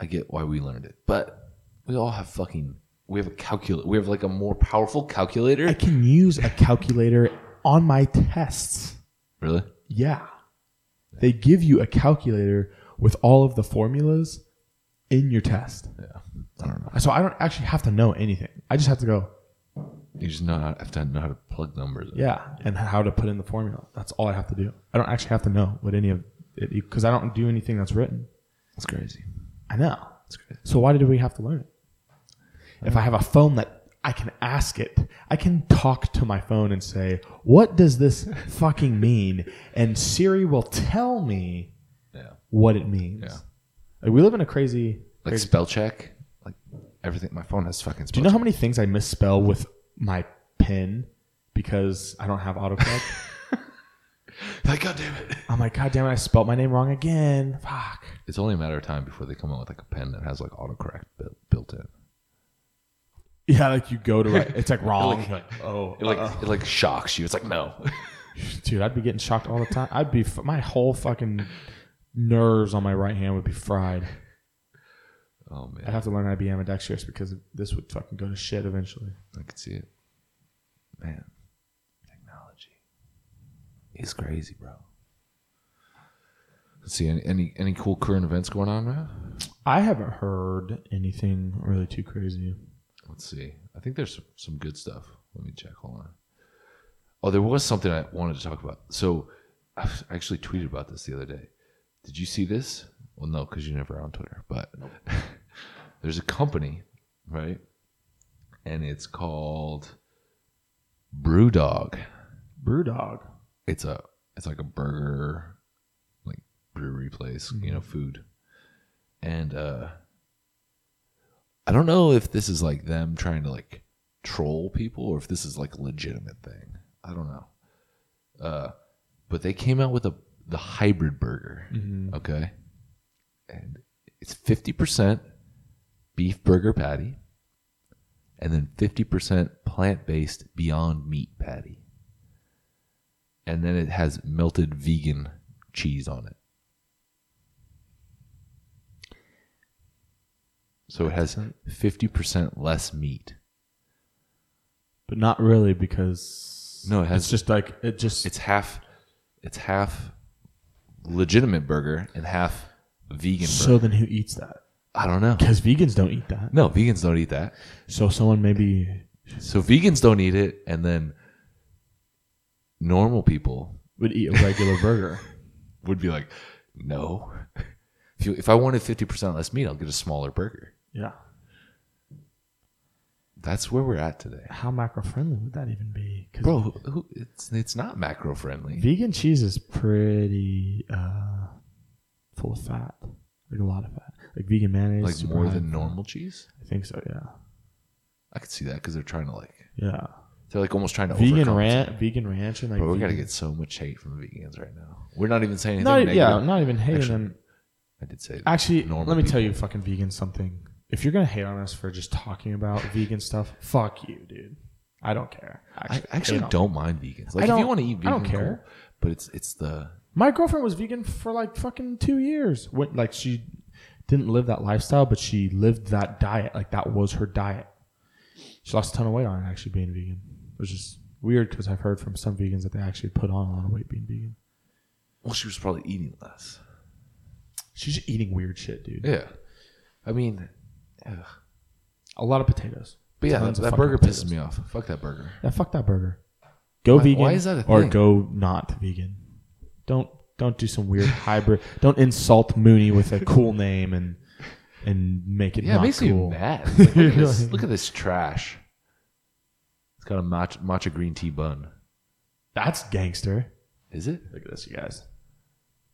I get why we learned it. But we all have fucking we have a calculator. We have like a more powerful I calculator. can use a calculator on my tests. Really? Yeah. They give you a calculator with all of the formulas in your test. Yeah. I don't know. So I don't actually have to know anything. I just have to go, You just know how, have to know how to plug numbers. in. yeah, and how to put in the formula. That's all I have to do. I don't actually have to know what any of it because I don't do anything that's written. It's crazy. I know. It's crazy. So why did we have to learn it? If I have a phone that I can ask it, I can talk to my phone and say, "What does (laughs) this fucking mean?" and Siri will tell me Yeah. what it means. Yeah. Like, we live in a crazy. Like spell check. Like everything. My phone has fucking spell Do you know how many things I misspell with my pen because I don't have autocorrect? check. (laughs) Like, God damn it. I'm like, God damn it! I spelt my name wrong again. Fuck. It's only a matter of time before they come out with like a pen that has like autocorrect built, built in. Yeah, like you go to write, it's (laughs) like wrong. oh, It like it like shocks you. It's like no. (laughs) Dude, I'd be getting shocked all the time. I'd be my whole fucking nerves on my right hand would be fried. oh man. I'd have to learn IBM and Dexterous because this would fucking go to shit eventually. I could see it. Man, technology is crazy, bro. Let's see any, any any cool current events going on, man. I haven't heard anything really too crazy. Let's see. I think there's some, some good stuff. Let me check. Hold on. Oh, there was something I wanted to talk about. So I actually tweeted about this the other day. Did you see this? Well, no, because you're never on Twitter. But (laughs) there's a company, right? And it's called Brewdog. Brewdog. it's a it's like a burger like brewery place you know food and uh i don't know if this is like them trying to like troll people or if this is like a legitimate thing i don't know uh but they came out with a the hybrid burger okay and it's 50% beef burger patty and then 50% plant-based beyond meat patty and then it has melted vegan cheese on it. So it has 50% less meat. But not really because No, it has- it's just like it just It's half it's half legitimate burger and half vegan so burger. then who eats that? I don't know. Because vegans don't eat that. No, vegans don't eat that. So someone maybe So vegans don't eat it and then normal people would eat a regular (laughs) burger. would be like, "No. (laughs) If you if I wanted 50% less meat, I'll get a smaller burger." Yeah. That's where we're at today. How macro friendly would that even be? 'Cause bro who, who, it's, it's not macro friendly Vegan cheese is pretty uh, full of fat, like a lot of fat, like vegan mayonnaise. like super more high than in normal cheese fat. I think so. Yeah, i could see that because they're trying to like yeah. they're like almost trying to Vegan overcompensate. ranch, vegan ranch, and like but we gotta vegan- get so much hate from vegans right now we're not even saying anything not, e-, negative. yeah, not even hating Actually- them. i did say Actually, normal let me people. tell you, fucking vegan something. If you're gonna hate on us for just talking about vegan stuff, fuck you, dude. I don't care. i Actually, actually hate on- don't mind vegans like I if you don't- want to eat I vegan don't care. cool, but it's it's the My girlfriend was vegan for like fucking two years. Went like she didn't live that lifestyle, but she lived that diet. Like that was her diet. She lost a ton of weight on actually being vegan, which is weird because I've heard from some vegans that they actually put on a lot of weight being vegan. well she was probably eating less She's just eating weird shit, dude. yeah i mean ugh. A lot of potatoes. but yeah that, Tons of that fucking burger potatoes. pisses me off fuck that burger Yeah, fuck that burger. Go Why- vegan. why is that a or thing? go not vegan. Don't don't do some weird hybrid. Don't insult Mooney with a cool name and and make it Yeah, it not makes cool. me mad. Like, look, (laughs) at this, look at this trash. It's got a matcha, matcha green tea bun. That's gangster. Is it? Look at this, you guys.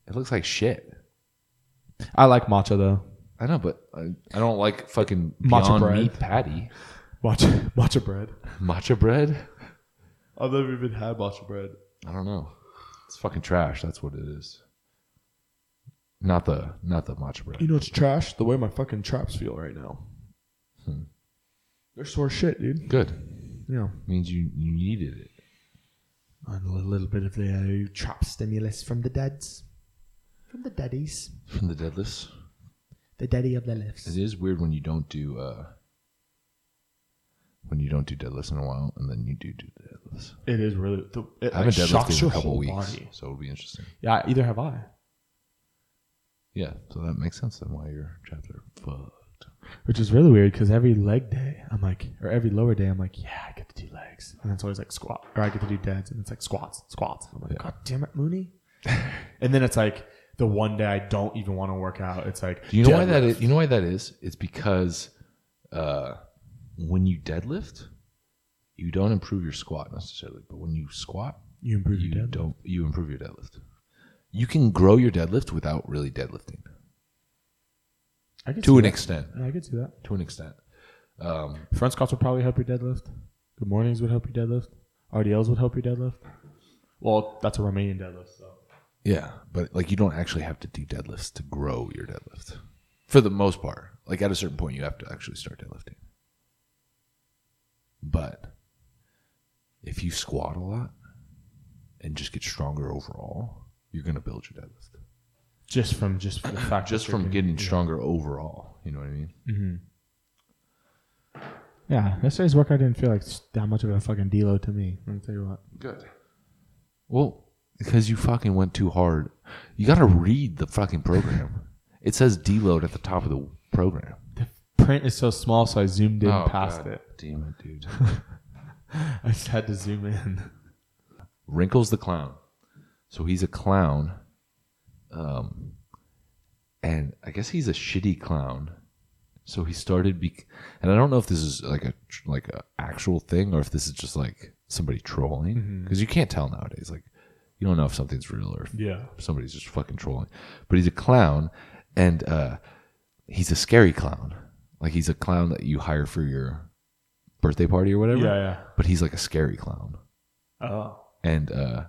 It looks like shit. I like matcha though. I know, but I, I don't like fucking Matcha Beyond bread. Meat patty. (laughs) Matcha, matcha bread. Matcha bread? I've never even had matcha bread. I don't know. It's fucking trash. That's what it is. Not the not the matcha bread. You know it's trash. The way my fucking traps feel right now. They're sore shit, dude. Good Hmm. Yeah, means you you needed it. and a little bit of the uh, trap stimulus from the dads, from the daddies, From the deadlifts. the daddy of the lifts. It is weird when you don't do uh when you don't do deadlifts in a while, and then you do do deadlifts. It is really. The, it I haven't like, deadlifted shocks in your a couple whole weeks, body. so it'll be interesting. Yeah, either have I. Yeah, so that makes sense then why your traps are fucked. Which is really weird because every leg day, I'm like, or every lower day, I'm like, yeah, I get to do legs. And it's always like squat, or I get to do deads, and it's like squats, squats. I'm like, God damn it, Mooney. (laughs) and then it's like the one day I don't even want to work out. It's like, Do you know why that is? You know why that is? It's because uh, when you deadlift, you don't improve your squat necessarily, but when you squat, You improve you your dead. don't you improve your deadlift. You can grow your deadlift without really deadlifting I could to see an that. extent. No, I could see that. To an extent, Um, Front squats would probably help your deadlift. Good mornings would help your deadlift. RDLs would help your deadlift. Well, that's a Romanian deadlift, so. yeah, but like you don't actually have to do deadlifts to grow your deadlift for the most part. Like at a certain point, you have to actually start deadlifting. But if you squat a lot and just get stronger overall, you're going to build your deadlift. Just from just the fact Just that you're from doing- getting stronger overall, you know what I mean? Yeah, yesterday's workout didn't feel like s- that much of a fucking deload to me. Let me tell you what. Good. Well, because you fucking went too hard. You got to read the fucking program. it says deload at the top of the program. print is so small, so I zoomed in past it. (laughs) Damn Oh, it, dude. I just had to zoom in. Wrinkles the clown. So he's a clown. Um, and I guess he's a shitty clown. So he started, bec and I don't know if this is like a tr- like a actual thing or if this is just like somebody Mm-hmm. trolling because you can't tell nowadays. Like you don't know if something's real or if Yeah. somebody's just fucking trolling. But he's a clown, and uh, he's a scary clown. Like he's a clown that you hire for your birthday party or whatever. Yeah, yeah. But he's like a scary clown, Oh. and uh,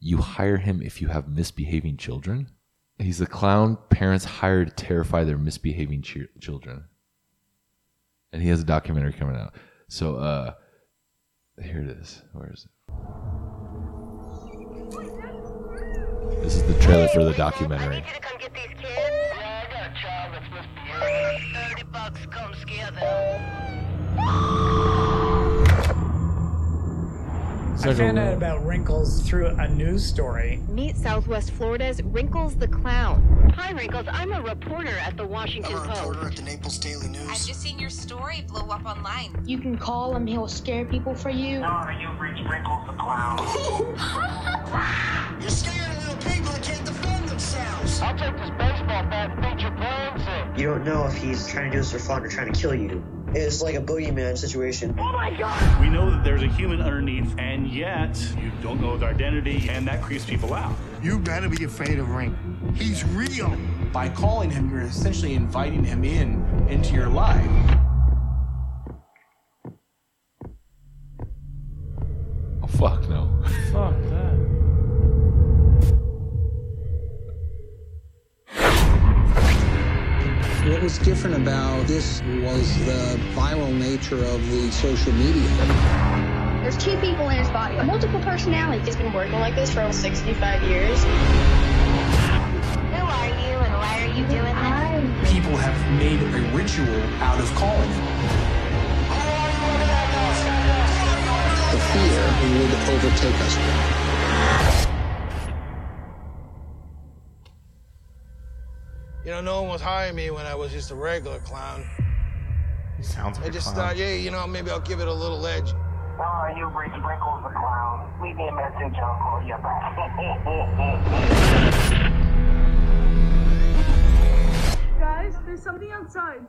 you hire him if you have misbehaving children. He's the clown parents hire to terrify their misbehaving chi- children. And he has a documentary coming out. So uh, here it is. Where is it? This is the trailer for the documentary. I need you to come get these kids. Yeah, I got a child that's misbehaving. Thirty bucks, come scare them. I found out about wrinkles through a news story. Meet Southwest Florida's Wrinkles the Clown. Hi, Wrinkles. I'm a reporter at the Washington I'm a Post. reporter at the Naples Daily News. I've just seen your story blow up online. You can call him, he'll scare people for you. You're scared of little people that can't defend themselves. I'll take this baseball bat and beat your brains in. You don't know if he's trying to do this for fun or trying to kill you. It's like a boogeyman situation. Oh my God! We know that there's a human underneath, and yet you don't know his identity, and that creeps people out. You better be afraid of Ring. He's real. By calling him, you're essentially inviting him in into your life. Oh, fuck no. Fuck that. What was different about this was the viral nature of the social media. There's two people in his body. A multiple personality. He's been working like this for 65 years. Who are you and why are you doing this? People have made a ritual out of calling him. The fear would overtake us. You know, no one was hiring me when I was just a regular clown. He sounds like I a just clown. thought, yeah, you know, maybe I'll give it a little edge. Oh, you Wrinkles the clown. Leave me a message. I'll call you back. (laughs) Guys, this somebody outside.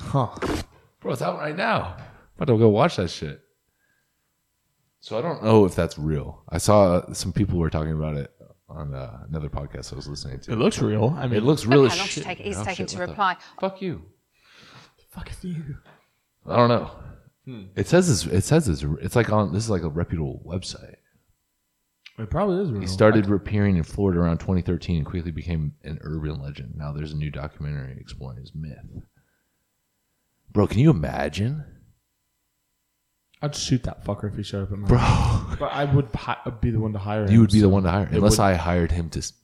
Huh. Bro, it's out right now. I'm about to go watch that shit. So I don't know if that's real. I saw uh, some people were talking about it on uh, another podcast I was listening to. It looks real. I mean- it looks real. Okay, as Lawrence shit. take- he's Oh, taken shit, to what the- reply. Fuck you. Fuck you. I don't know. Hmm. It says this. It says this. It's like on. This is like a reputable website. It probably is real. He started appearing in Florida around 2013 and quickly became an urban legend. Now there's a new documentary exploring his myth. Bro, can you imagine? (laughs) I'd shoot that fucker if he showed up at my Bro. house. But I would hi- be the one to hire him. You would be the so one to hire, it unless would- I hired him to, s-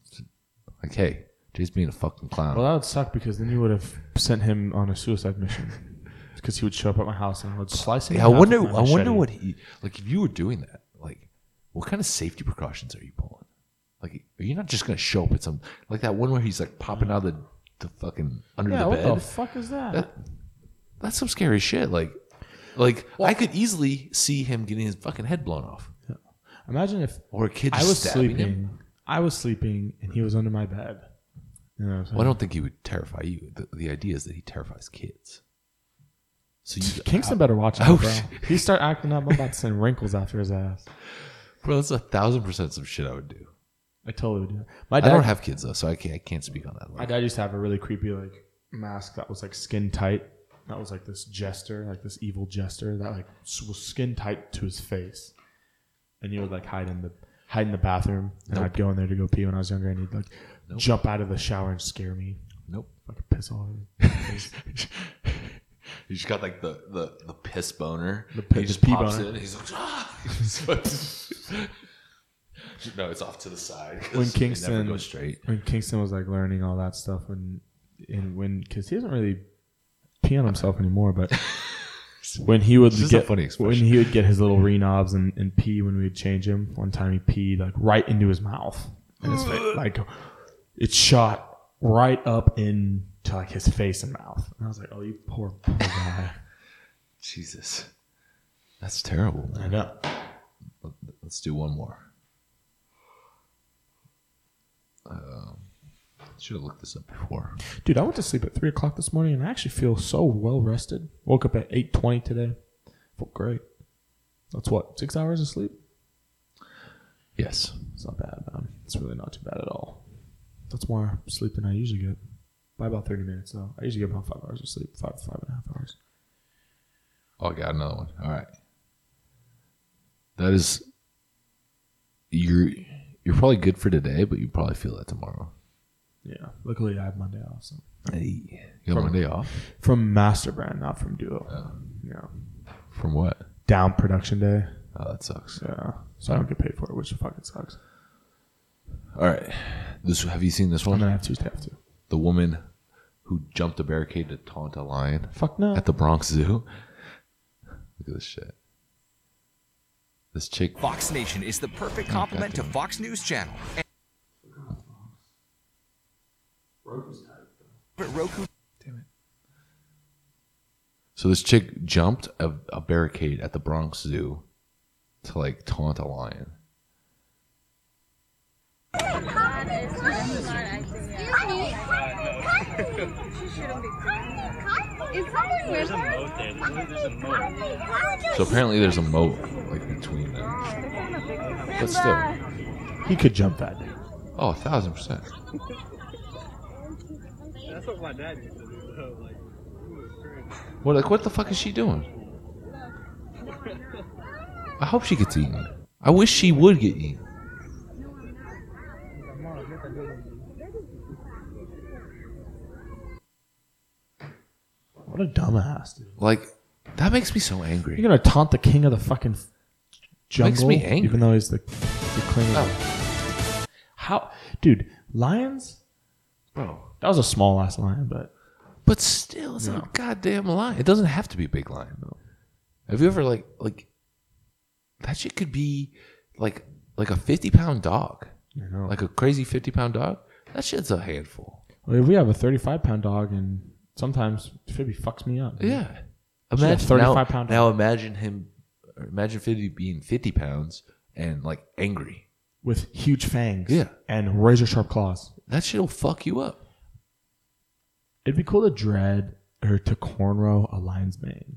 like, hey, Jay's being a fucking clown. (laughs) Well, that would suck because then you would have sent him on a (laughs) suicide mission because he would show up at my house and I would slice him. in Yeah, I half wonder. with my I wonder machete. what he like. If you were doing that, like, what kind of safety precautions are you pulling? Like, are you not just gonna show up at some like that one where he's like popping out of the, the fucking under Yeah, the what bed? the fuck is that? That- That's some scary shit. Like, like I could easily see him getting his fucking head blown off. Imagine if or a kid I just was stabbing sleeping. him. I was sleeping and he was under my bed. You know what I'm saying? Well, I don't think he would terrify you. The, the idea is that he terrifies kids. So you, Kingston I- better watch Oh, out, bro. shit. He start acting up. I'm about to send wrinkles after his ass. Bro, that's a thousand percent some shit I would do. I totally would do. that. I don't have kids though, so I can't. I can't speak on that. My dad used to have a really creepy like mask that was like skin tight. That was like this jester, like this evil jester that like s- was skin tight to his face, and he would like hide in the hide in the bathroom. And Nope. I'd go in there to go pee when I was younger, and he'd like jump out of the shower and scare me. (laughs) Nope. Fucking piss all over. my face. You just got like the the, the piss boner. The And pi- he just the pee pops boner. in. And he's like, ah! (laughs) He's like- no, it's off to the side. 'cause when it Kingston never goes straight. When Kingston was like learning all that stuff, and and when because he doesn't really pee on himself (laughs) anymore, but when he would This is a get funny when he would get his little renobs and, and pee when we would change him. One time he peed like right into his mouth, and his face, like it shot right up into like his face and mouth. And I was like, oh, you poor, poor (laughs) guy. Jesus, that's terrible. Man. I know. Let's do one more. Um, should have looked this up before. Dude, I went to sleep at three o'clock this morning, and I actually feel so well rested. Woke up at eight twenty today. Felt great. That's what six hours of sleep. Yes, it's not bad, man. It's really not too bad at all. That's more sleep than I usually get by about thirty minutes, though. I usually get about five hours of sleep, five five and a half hours. Oh, I got another one. All right. That is you're you're probably good for today, but you probably feel that tomorrow. Yeah. Luckily, I have Monday off. So. Hey, you got From- Monday off From Master Brand, not from Duo. yeah. from what? Down production day. Oh, that sucks. Yeah. So I don't get paid for it, which fucking sucks. All right. This have you seen this one? I'm gonna have Tuesday off too. The woman who jumped a barricade to taunt a lion. Fuck no. At the Bronx Zoo. Look at this shit. This chick. Oh, Fox Nation is the perfect complement to Fox News Channel. But Roku. So this chick jumped a, a barricade at the Bronx Zoo to like taunt a lion. There's a moat there. There's a, there's a moat. So apparently there's a moat like between them. But still. He could jump that. Oh, a thousand percent. That's what my dad used to do, though. Like, What like what the fuck is she doing? I hope she gets eaten. I wish she would get eaten. What a dumbass, dude. Like that makes me so angry. You're gonna taunt the king of the fucking f- Makes jungle. me angry. Even though he's the, the king. Of How, dude? Lions, bro. That was a small ass lion, but But still, it's a goddamn lion. It doesn't have to be a big lion though. Have you ever like like that shit could be like like a fifty pound dog, I know. like a crazy fifty pound dog. That shit's a handful. Well, if we have a 35 pound dog, and sometimes Phoebe fucks me up. dude. Yeah. She's a Imagine 35 now, pound dog. now imagine him, or imagine fifty being fifty pounds and like angry. with huge fangs Yeah. and razor sharp claws. That shit'll fuck you up. It'd be cool to dread or to cornrow a lion's mane.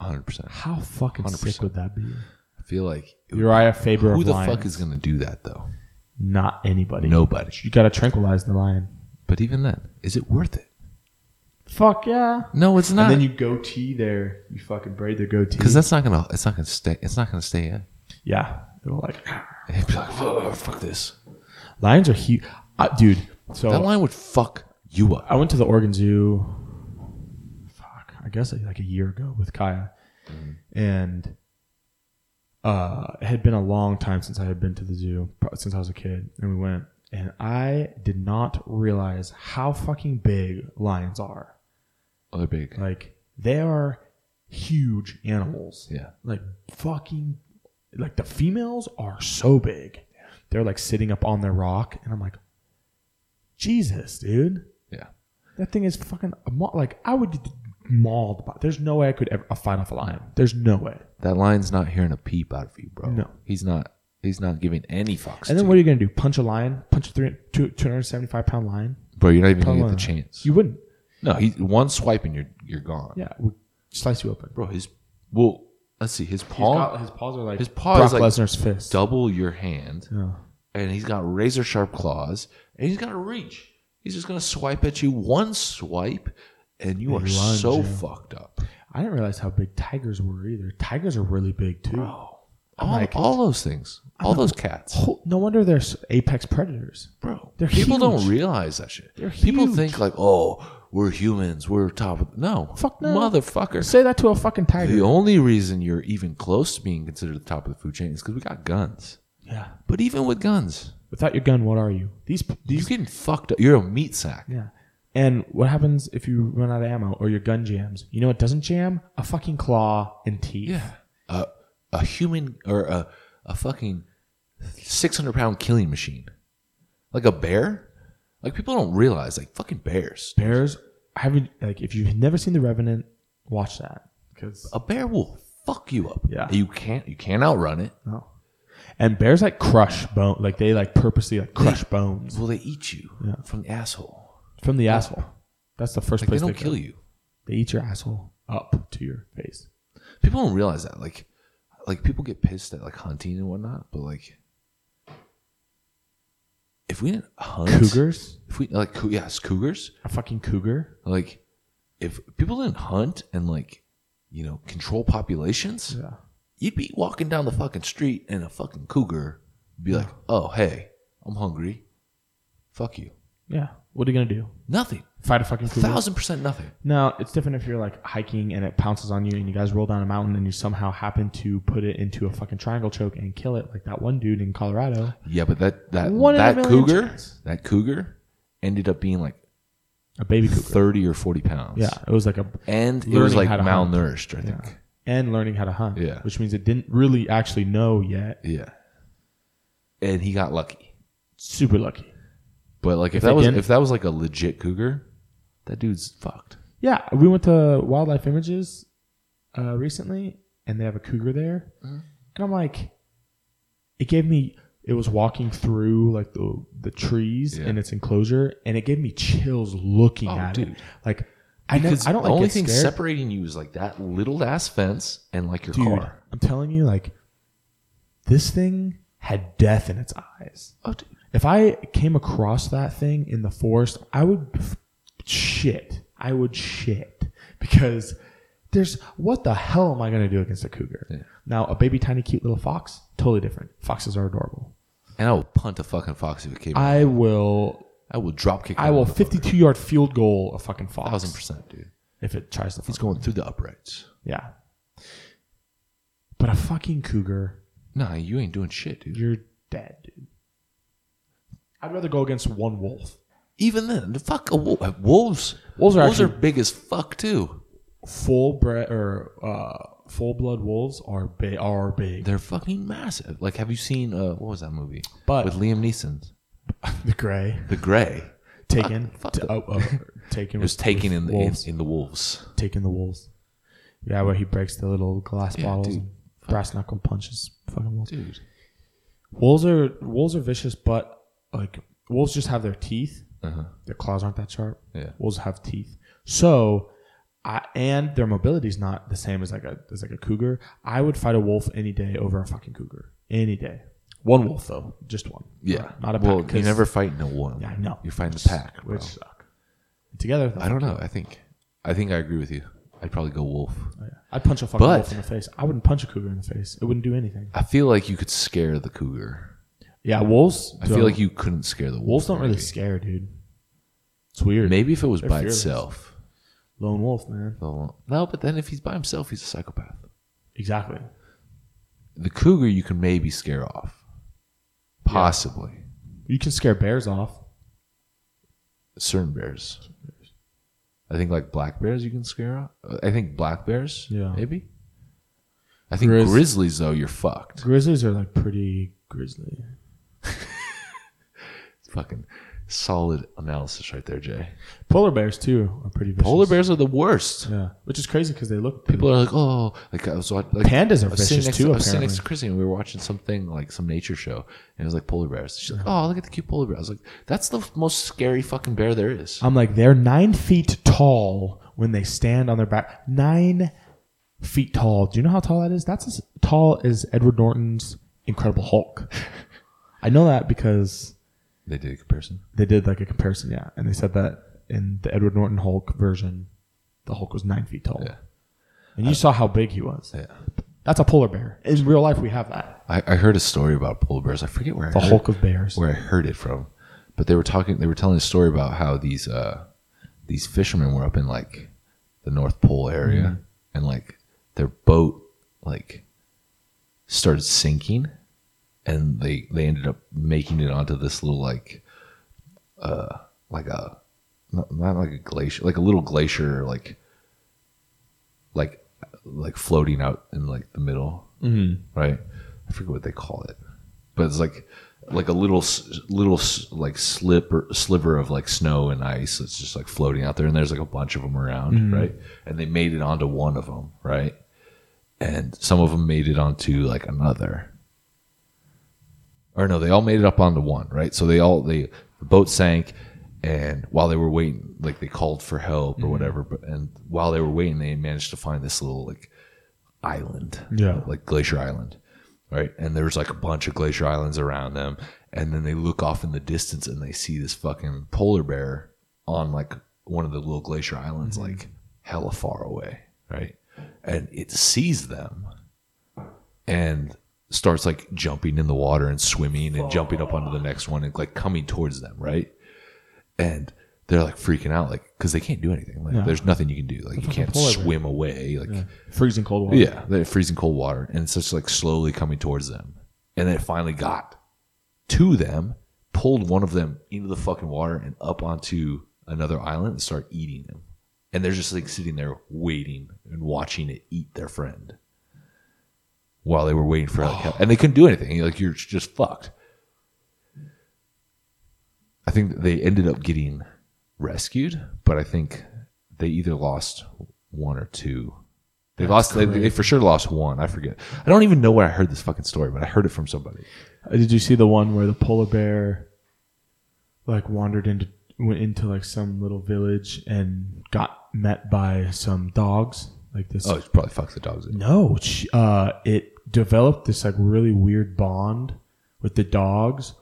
100%. How fucking sick 100%. would that be? I feel like Uriah Faber Who of the lions. fuck is going to do that though? Not anybody. Nobody. You gotta tranquilize the lion. But even then, is it worth it? Fuck yeah. No, it's And not. then you goatee there. You fucking braid their goatee. Because that's not gonna. It's not gonna stay. It's not gonna stay in. yeah. They're like It'd be like, "Ugh, fuck this. lions are huge, uh, dude. So That line would fuck you up. I went to the Oregon Zoo. Fuck, I guess like a year ago with Kaya, and uh, it had been a long time since I had been to the zoo pro- since I was a kid, and we went, and I did not realize how fucking big lions are. Oh, they're big. Like they are huge animals. Yeah. Like fucking, like the females are so big. They're like sitting up on their rock, and I'm like, Jesus, dude. Yeah. That thing is fucking ma- like I would get mauled by. There's no way I could ever uh, fight off a lion. There's no way. That lion's not hearing a peep out of you, bro. No. he's not. He's not giving any fucks. and then to what are you gonna do? Punch a lion? Punch a three, two, 275 pound lion? you. bro? You're not even gonna Probably get the not. chance. You wouldn't. no, he one swipe and you're you're gone, Yeah, it would slice you open. bro. His well, let's see. His He's paw. got- his paws are like his paw Brock is like Lesnar's fist. double your hand, Yeah. and he's got razor sharp claws, and he's got to reach. He's just gonna swipe at you one swipe, and you And are lunge, so yeah. fucked up. I didn't realize how big tigers were either. Tigers are really big too. I'm All, like- all those things, all those cats, Ho- No wonder they're s- apex predators. bro. They're people huge. don't realize that shit. They're people huge. think like, oh, we're humans, we're top. Of, no, Fuck no. motherfucker. Say that to a fucking tiger. The only reason you're even close to being considered the top of the food chain is because we got guns. yeah. But even with guns, Without your gun, what are you? These you these getting fucked up. You're a meat sack. Yeah. And what happens if you run out of ammo or your gun jams? You know what doesn't jam? A fucking claw and teeth. Yeah. A, a human or a, a fucking 600 pound killing machine. Like a bear? Like people don't realize, like fucking bears. Bears have you like if you've never seen The Revenant, watch that because A bear will fuck you up. Yeah. You can't, you can't outrun it. no. And bears like crush bone, like they like purposely like crush bones Will they eat you Mm-hmm. Yeah. from the asshole? from the asshole. That's the first Like they place don't go. kill you. They eat your asshole up to your face. People don't realize that. Like, like people get pissed at like hunting and whatnot, but like, if we didn't hunt Cougars, if we like, cou- yes, cougars. a fucking cougar. Like, if people didn't hunt and like, you know, control populations, Yeah. you'd be walking down the fucking street and a fucking cougar would be like, "Oh, hey, I'm hungry. Fuck you. Yeah. What are you gonna do? Nothing. Fight a fucking cougar? Thousand percent nothing. No, it's different if you're like hiking and it pounces on you and you guys roll down a mountain and you somehow happen to put it into a fucking triangle choke and kill it, like that one dude in Colorado. Yeah, but that that One in a that million cougar chance. that cougar ended up being like A baby cougar. thirty or forty pounds. Yeah, it was like a and it learning was like how to hunt. malnourished. I Yeah. think. And learning how to hunt. Yeah. Which means it didn't really actually know yet. Yeah. And he got lucky. Super lucky. But like if, they that was didn't- if that was like a legit cougar, that dude's fucked. Yeah, we went to Wildlife Images uh, recently, and they have a cougar there, Uh-huh. and I'm like, it gave me. It was walking through like the the trees Yeah. in its enclosure, and it gave me chills looking Oh, at dude. it. Like I know Because I don't the like only only thing get scared. separating you is like that little ass fence and like your Dude, car. I'm telling you, like this thing had death in its eyes. Oh, dude. If I came across that thing in the forest, I would f- shit. I would shit because there's what the hell am I going to do against a cougar? Yeah. Now, a baby, tiny, cute little fox, totally different. Foxes are adorable. And I will punt a fucking fox if it came. I, I will, will drop kick. I that will, motherfucker. 52 yard field goal a fucking fox. thousand percent, dude. If it tries to, He's fuck going me. through the uprights. Yeah. But a fucking cougar, Nah, you ain't doing shit, dude. you're dead, dude. I'd rather go against one wolf. Even then, the fuck a wolf. Wolves. Wolves are actually- big as fuck too. Full bred or uh, full blood wolves are big. Are big. They're fucking massive. Like, have you seen uh, what was that movie? But- with Liam Neeson, the (laughs) gray. The Gray. (laughs) Taken. Fuck T- the- oh, oh, taken. It was with- taken with in the in, wolves. in the wolves. taking the wolves. Yeah, where he breaks the little glass Yeah, bottles, dude. and brass knuckle punches fucking wolves. Dude. Wolves are wolves are vicious, but like wolves just have their teeth. Uh-huh. Their claws aren't that sharp. Yeah. wolves have teeth. So, I, and their mobility is not the same as like a as like a cougar. I would fight a wolf any day over a fucking cougar any day. One wolf though, just one. Yeah, Right? not a pack. Well, you 'cause- never fight in a one. Yeah, I know. You fight in the pack, bro. which suck. Together, I don't know. I think, I think I agree with you. I'd probably go wolf. I'd punch a fucking But- wolf in the face. I wouldn't punch a cougar in the face. It wouldn't do anything. I feel like you could scare the cougar. Yeah, wolves. I feel don't- like you couldn't scare the wolf. wolves don't really maybe. scare, dude. It's weird. Maybe if it was They're by fearless. itself. Lone wolf, man. No, no, but then if he's by himself, he's a psychopath. Exactly. The cougar you can maybe scare off, possibly You can scare bears off. certain bears. I think like black bears you can scare off. I think black bears. Yeah. maybe. I think Grizz- grizzlies though you're fucked. Grizzlies are like pretty grizzly. Fucking solid analysis right there, Jay. Polar bears too are pretty vicious. Polar bears are the worst. Yeah, which is crazy because they look. People are like, oh, like I was wa- like Pandas are I was sitting vicious, next too, To, I was sitting next apparently. to Chrissy and we were watching something like some nature show, and it was like polar bears. She's like, oh, look at the cute polar bear. I was like, that's the most scary fucking bear there is. I'm like they're nine feet tall when they stand on their back. Nine feet tall. Do you know how tall that is? That's as tall as Edward Norton's Incredible Hulk. (laughs) I know that because They did a comparison. they did like a comparison, yeah, and they said that in the Edward Norton Hulk version, the Hulk was nine feet tall. Yeah. And you saw how big he was. Yeah. That's a polar bear. In real life, we have that. I, I heard a story about polar bears. I forget where The I heard, Hulk of bears. where I heard it from, but they were talking. They were telling a story about how these uh, these fishermen were up in like the North Pole area, and like their boat like started sinking, and they they ended up making it onto this little like uh like a not, not like a glacier like a little glacier like like like floating out in like the middle Mm-hmm. right? I forget what they call it, but it's like like a little s- little s- like slip or sliver of like snow and ice that's just like floating out there, and there's like a bunch of them around, right? And they made it onto one of them, right? And some of them made it onto like another, or no, they all made it up onto one, right? So they all they the boat sank, and while they were waiting, like they called for help or whatever, but and while they were waiting, they managed to find this little like island, Yeah. like Glacier Island, right? And there's like a bunch of glacier islands around them, and then they look off in the distance and they see this fucking polar bear on like one of the little glacier islands, like hella far away, right? And it sees them and starts like jumping in the water and swimming and jumping up onto the next one and like coming towards them, right? And they're like freaking out, like because they can't do anything. Like No. there's nothing you can do. Like you can't polar bear. swim away. Like Freezing cold water. yeah, they're freezing cold water, and it's just like slowly coming towards them. And then it finally got to them, pulled one of them into the fucking water and up onto another island and start eating them. And they're just like sitting there waiting and watching it eat their friend while they were waiting for like help. And they couldn't do anything. Like you're just fucked. I think they ended up getting rescued, but I think they either lost one or two. They lost. They, they for sure lost one. I forget. I don't even know where I heard this fucking story, but I heard it from somebody. Uh, Did you see the one where the polar bear like wandered into went into like some little village and got met by some dogs? Like this. Oh, it's probably fucked the dogs. Up. No, sh- uh, it developed this like really weird bond with the dogs,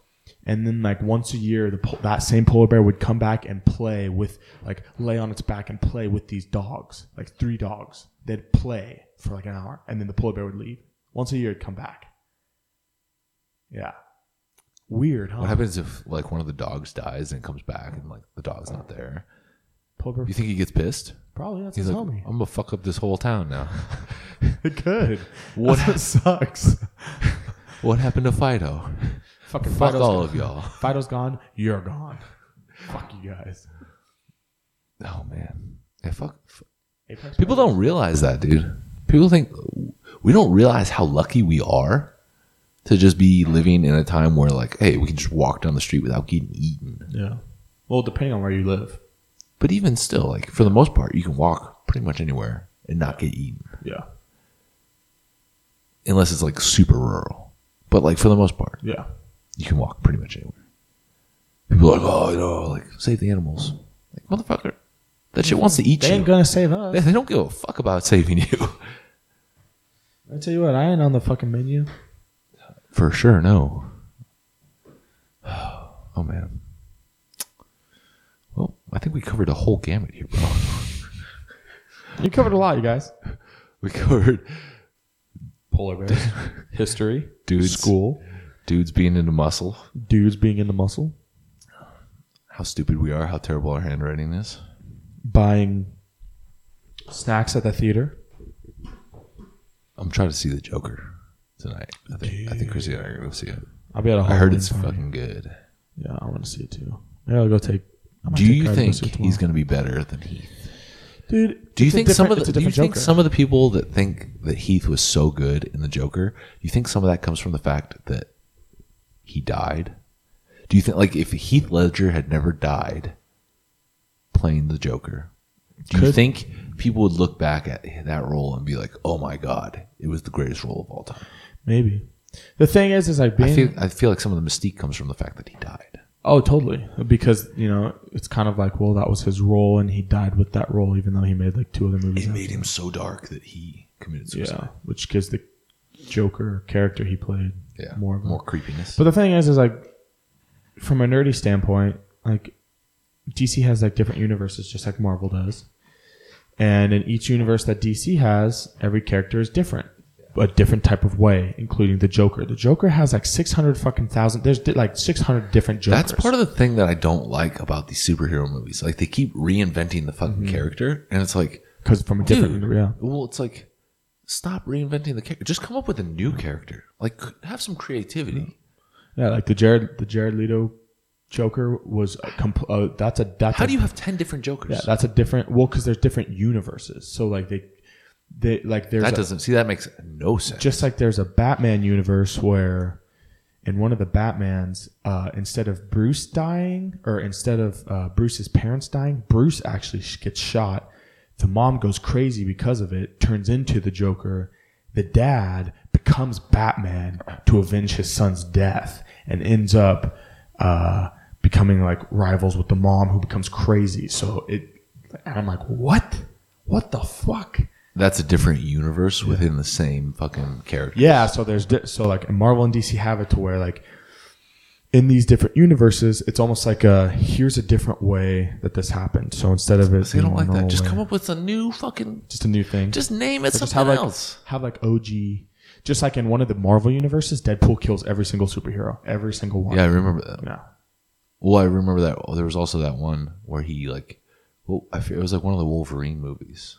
and then like once a year, the pol- that same polar bear would come back and play with like lay on its back and play with these dogs, like three dogs. They'd play for like an hour, and then the polar bear would leave. Once a year, it'd come back. Yeah, weird, huh? What happens if like one of the dogs dies and comes back and like the dog's not there? Polar bear You think he gets pissed? probably that's He's his like, homie. I'm gonna fuck up this whole town now. (laughs) (laughs) It could. (laughs) What- That's sucks? what happened to (laughs) Fido? Fucking (laughs) Fuck Fido's all gone. of y'all. Fido's gone. (laughs) You're gone. Fuck you guys. Oh man, yeah, fuck. fuck. Apex People Predator. don't realize that, dude. People think we don't realize how lucky we are to just be living in a time where, like, hey, we can just walk down the street without getting eaten. Yeah. Well, depending on where you live. But even still, like, for the most part, you can walk pretty much anywhere and not get eaten, Yeah. unless it's like super rural. But like for the most part, yeah, you can walk pretty much anywhere. People are like, oh, you know, like save the animals. Like motherfucker, that shit wants to eat they you. ain't gonna save us. They, they don't give a fuck about saving you. (laughs) I tell you what, I ain't on the fucking menu. For sure, no. (sighs) Oh man. Well, I think we covered a whole gamut here, bro. (laughs) You covered a lot, you guys. We covered Polar (laughs) bears, history, Dudes. school, dudes being into muscle, dudes being in the muscle, how stupid we are, how terrible our handwriting is. buying snacks at the theater. I'm trying to see the Joker tonight. I think I think Chrissy and I are gonna go see it. I'll be at a I heard Halloween it's party. fucking good. Yeah, I want to see it too. Yeah, I'll go take. I might Do take you Kylie to go think see he's it tomorrow. gonna be better than Heath? Dude, Do you it's a think some of different- the, it's a do you different think Joker. some of the people that think that Heath was so good in the Joker, do you think some of that comes from the fact that he died? Do you think like if Heath Ledger had never died playing the Joker, do you Could- think people would look back at that role and be like, "Oh my god, it was the greatest role of all time"? Maybe. The thing is, is like I being. feel I feel like some of the mystique comes from the fact that he died. oh, totally. Because you know, it's kind of like, well, that was his role, and he died with that role, even though he made like two other movies. It after. made him so dark that he committed yeah, suicide. which gives the Joker character he played Yeah, more of a, more creepiness. But the thing is, is like, from a nerdy standpoint, like, DC has like different universes, just like Marvel does. And in each universe that DC has, every character is different, a different type of way, including the Joker. The Joker has like six hundred fucking thousand. There's di- like six hundred different Jokers. That's part of the thing that I don't like about these superhero movies. Like they keep reinventing the fucking character, and it's like, because from a Mm-hmm. different dude, yeah. well, it's like, stop reinventing the character. Just come up with a new character. Like, c- have some creativity. Yeah, like the Jared the Jared Leto Joker was a comp- uh, that's a that's How a, do you have ten different Jokers? yeah that's a different well because there's different universes. So like they they like there's that a- doesn't see that makes no sense. just like there's a Batman universe where in one of the Batmans uh, instead of Bruce dying or instead of uh, Bruce's parents dying, Bruce actually sh- gets shot. The mom goes crazy because of it, turns into the Joker. The dad becomes Batman to avenge his son's death and ends up uh, becoming like rivals with the mom who becomes crazy. So it, and I'm like, what? What the fuck? that's a different universe within the same fucking character. Yeah, so there's di- so like and Marvel and DC have it to where like in these different universes, it's almost like a here's a different way that this happened. So instead of it, See, I don't like being that. a normal Just way, come up with a new fucking. just a new thing. Just name it Or something have like else. have like OG. Just like in one of the Marvel universes, Deadpool kills every single superhero, every single one. Yeah, I remember that. yeah. Well, I remember that oh, there was also that one where he like, well, I feel it was like one of the Wolverine movies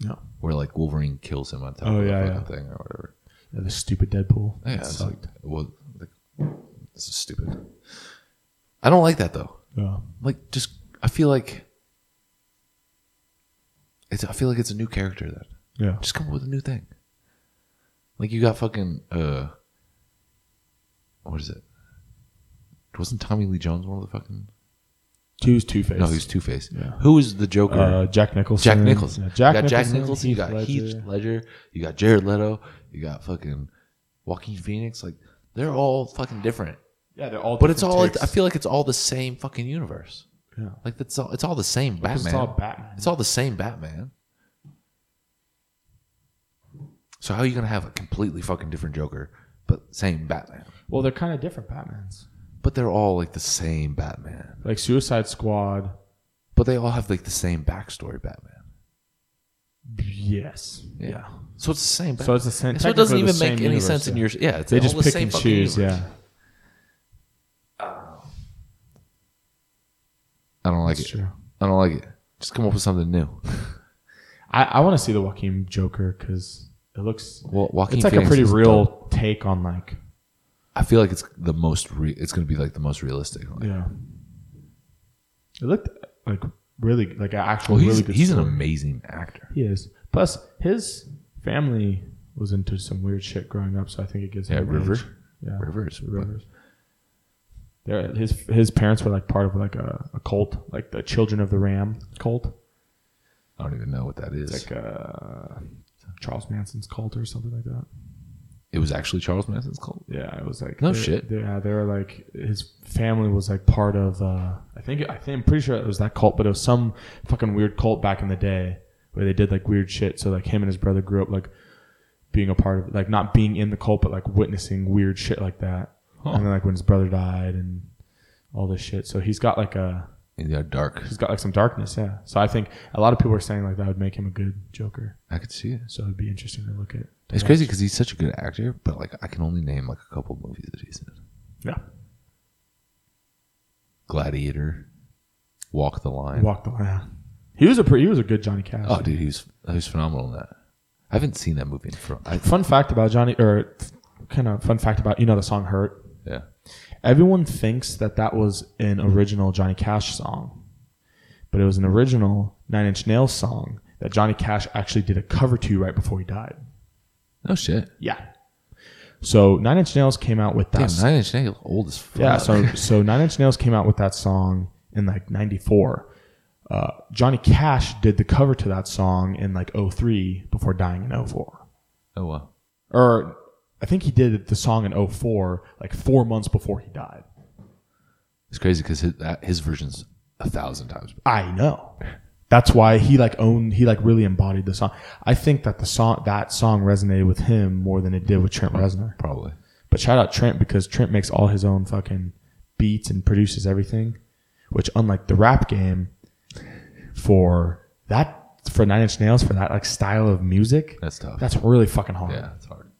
No. where like Wolverine kills him on top Oh, of yeah, the fucking yeah. thing or whatever. Yeah, the stupid Deadpool. Yeah, That it's sucked. like, well, like, this is stupid. I don't like that though. yeah. Like, just I feel like it's I feel like it's a new character then. Yeah. Just come up with a new thing. Like you got fucking uh, what is it? Wasn't Tommy Lee Jones one of the fucking? Two's Two Face. No, he's Two Face. Yeah. Who is the Joker? uh, Jack Nicholson. Jack Nicholson. Yeah, you Jack got Nicholson. Jack Nicholson. You got Heath Ledger. Ledger. You got Jared Leto. You got fucking Joaquin Phoenix. Like they're all fucking different, Yeah, they're all. but it's different all. Like, takes. I feel like it's all the same fucking universe. Yeah. Like that's all. It's all the same Because Batman. it's all Batman. It's all the same Batman. So how are you gonna have a completely fucking different Joker, but same Batman? Well, they're kind of different Batmans. But they're all like the same Batman. Like Suicide Squad. But they all have like the same backstory, Batman. Yes. Yeah. So it's the same. So it's the same- So it doesn't technically even the make any same universe, sense in yeah. your. Yeah, it's They all just the pick same and fucking choose. universe. Yeah. I don't like That's it. true. I don't like it. Just come up with something new. I, I want to see the Joaquin Joker because it looks. Well, Joaquin it's like Phoenix a pretty is real dope. take on like. I feel like it's the most. Re- it's going to be like the most realistic. Like, Yeah. It looked like really like an actual Well, Oh, he's really good. he's an story. amazing actor. He is. Plus, his family was into some weird shit growing up, so I think it gives him. Yeah, an River. edge. Yeah, Rivers. Rivers. There, his his parents were like part of like a, a cult, like the Children of the Ram cult. I don't even know what that is. like uh, Charles Manson's cult or something like that. it was actually Charles Manson's cult. Yeah, it was like no they're- shit. they're- Yeah, they were like his family was like part of. Uh, I think I think I'm pretty sure it was that cult, but it was some fucking weird cult back in the day where they did like weird shit. So like him and his brother grew up like being a part of like not being in the cult, but like witnessing weird shit like that. Huh. And then like when his brother died and all this shit, so he's got like a He's got dark. he's got like some darkness. Yeah, so I think a lot of people are saying like that would make him a good Joker. I could see it. So it'd be interesting to look at. to It's watch. crazy because he's such a good actor, but like I can only name like a couple movies that he's in. Yeah. Gladiator, Walk the Line. Walk the line. He was a pre- he was a good Johnny Cash. Oh, dude, he was he was phenomenal in that. I haven't seen that movie in front. I, fun fact about Johnny, or kind of fun fact about you know the song "Hurt." Yeah. Everyone thinks that that was an original Johnny Cash song, but it was an original Nine Inch Nails song that Johnny Cash actually did a cover to right before he died. no shit. Yeah. So Nine Inch Nails came out with that. Damn, s- Nine Inch Nails old as fuck. yeah. So so Nine Inch Nails came out with that song in like '94. Uh, Johnny Cash did the cover to that song in like '03 before dying in '04 (laughs) oh wow. or I think he did the song in 04, like four months before he died. It's crazy because his, that- his version's a thousand times. better. I know. That's why he like owned, he like really embodied the song. I think that the song, that song resonated with him more than it did with Trent Reznor. Probably. But shout out Trent because Trent makes all his own fucking beats and produces everything, which unlike the rap game for that, for Nine Inch Nails, for that like style of music, That's tough. that's really fucking hard. yeah, it's hard.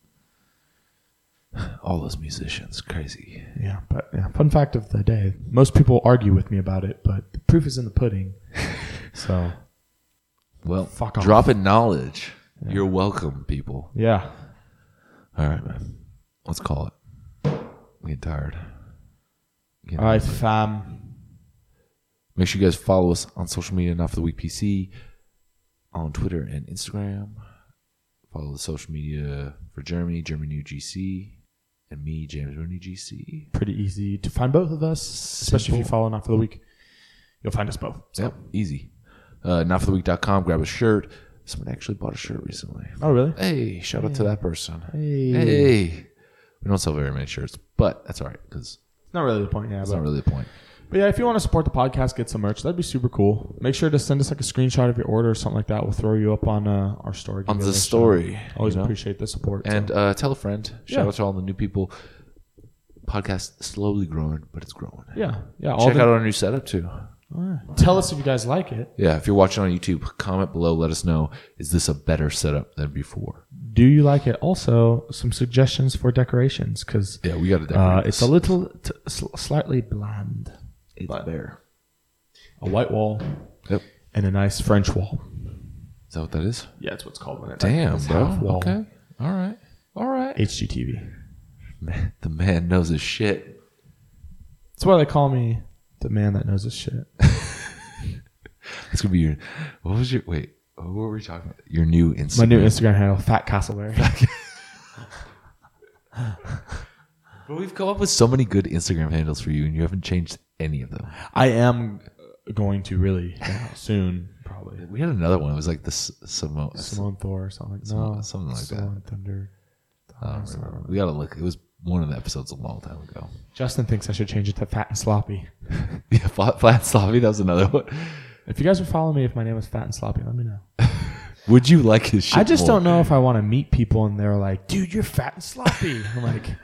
(sighs) All those musicians, crazy. Yeah, but yeah, fun fact of the day. Most people argue with me about it, but the proof is in (laughs) the pudding. so Well, Fuck off. dropping knowledge. You're welcome, people. yeah, All right, man. Let's call it. I'm getting tired. Getting all right, fam. Make sure you guys follow us on social media and off the week PC on Twitter and Instagram. Follow the social media for Germany, Germany New GC, and me, James Rooney GC. Pretty easy to find both of us, especially if you Simple. follow not for the week. You'll find us both. So. Yep, easy. Uh, notfortheweek.com. Grab a shirt. Someone actually bought a shirt recently. Oh, really? Hey, shout out to that person. Hey. Hey. We don't sell very many shirts, but that's all right because It's not really the point. Yeah, that's but, not really the point. but yeah, if you want to support the podcast, get some merch. That'd be super cool. Make sure to send us like a screenshot of your order or something like that. We'll throw you up on uh, our story. On Give the us a story, shout. Always you know? appreciate the support. so. And uh, tell a friend. Shout Yeah. out to all the new people. Podcast slowly growing, but it's growing. yeah, yeah. All Check the, out our new setup too. tell us if you guys like it. Yeah, if you're watching on YouTube, comment below. Let us know is this a better setup than before? Do you like it? Also, some suggestions for decorations because Yeah, we got to decorate. Uh, it's this. a little, t- sl- slightly bland. It's there. A white wall Yep. and a nice French wall. Is that what that is? Yeah, that's what's called when it. Damn, it's bro. half wall. Okay. All right. All right. HGTV. Man, the man knows his shit. That's why they call me the man that knows his shit. It's gonna be your. What was your wait? What were we talking about? Your new Instagram. My new Instagram handle, Fat Castleberry. Bro, We've come up with so many good Instagram handles for you, and you haven't changed any of them. I am going to really yeah, soon, probably. We had another one. It was like the S- Samo- Simone Thor or something. Simone- no, something like that. Simone Thunder. I don't remember. We gotta look. It was one of the episodes a long time ago. (laughs) Justin thinks I should change it to Fat and Sloppy. Yeah, flat, flat sloppy. That was another one. If you guys would follow me if my name was Fat and Sloppy, let me know. Would you like his shit? I just more? don't know if I want to meet people and they're like, dude, you're fat (laughs) and sloppy. I'm like,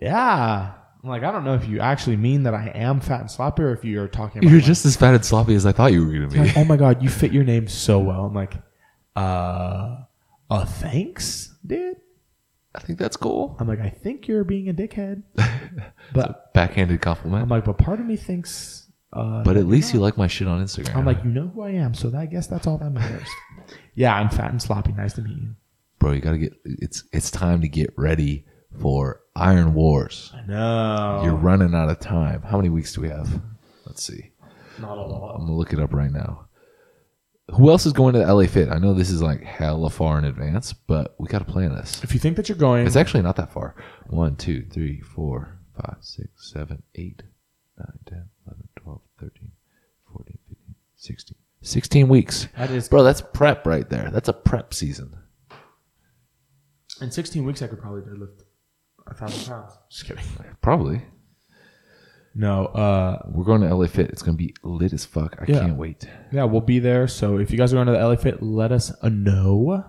yeah. I'm like, I don't know if you actually mean that I am fat and sloppy or if you're talking about You're like- just as fat and sloppy as I thought you were gonna be. (laughs) like, oh my God, you fit your name so well. I'm like, uh, uh, thanks, dude. (laughs) I think that's cool. I'm like, I think you're being (laughs) a dickhead. But Backhanded compliment. I'm like, but part of me thinks, uh, but at least you like my shit on Instagram. I'm like, you know who I am. So that, I guess that's all (laughs) that matters. yeah, I'm fat and sloppy. Nice to meet you. bro, you gotta get. It's it's time to get ready for Iron Wars. No, You're running out of time. How many weeks do we have? Let's see. not a lot. I'm gonna look it up right now. Who else is going to the LA Fit? I know this is like hella far in advance, but we gotta plan this. If you think that you're going, It's actually not that far. One, two, three, four, five, six, seven, eight, nine, 10, 11, 12, 13, 14, 15, 16. 16 weeks. That is- Bro, that's prep right there. That's a prep season. In 16 weeks, I could probably deadlift a thousand pounds. Just kidding. Probably. No, uh, we're going to LA Fit. It's going to be lit as fuck. I Yeah. can't wait. Yeah, we'll be there. So if you guys are going to the LA Fit, let us uh, know.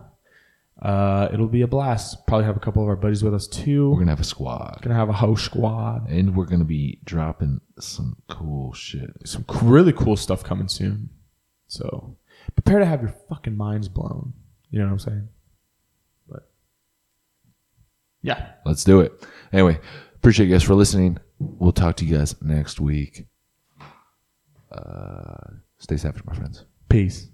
Uh, it'll be a blast. Probably have a couple of our buddies with us too. We're gonna have a squad. Gonna have a whole squad. And we're gonna be dropping some cool shit. Some really cool stuff coming soon. So prepare to have your fucking minds blown. You know what I'm saying? But yeah, Let's do it. Anyway, appreciate you guys for listening. We'll talk to you guys next week. Uh, stay savage, my friends. peace.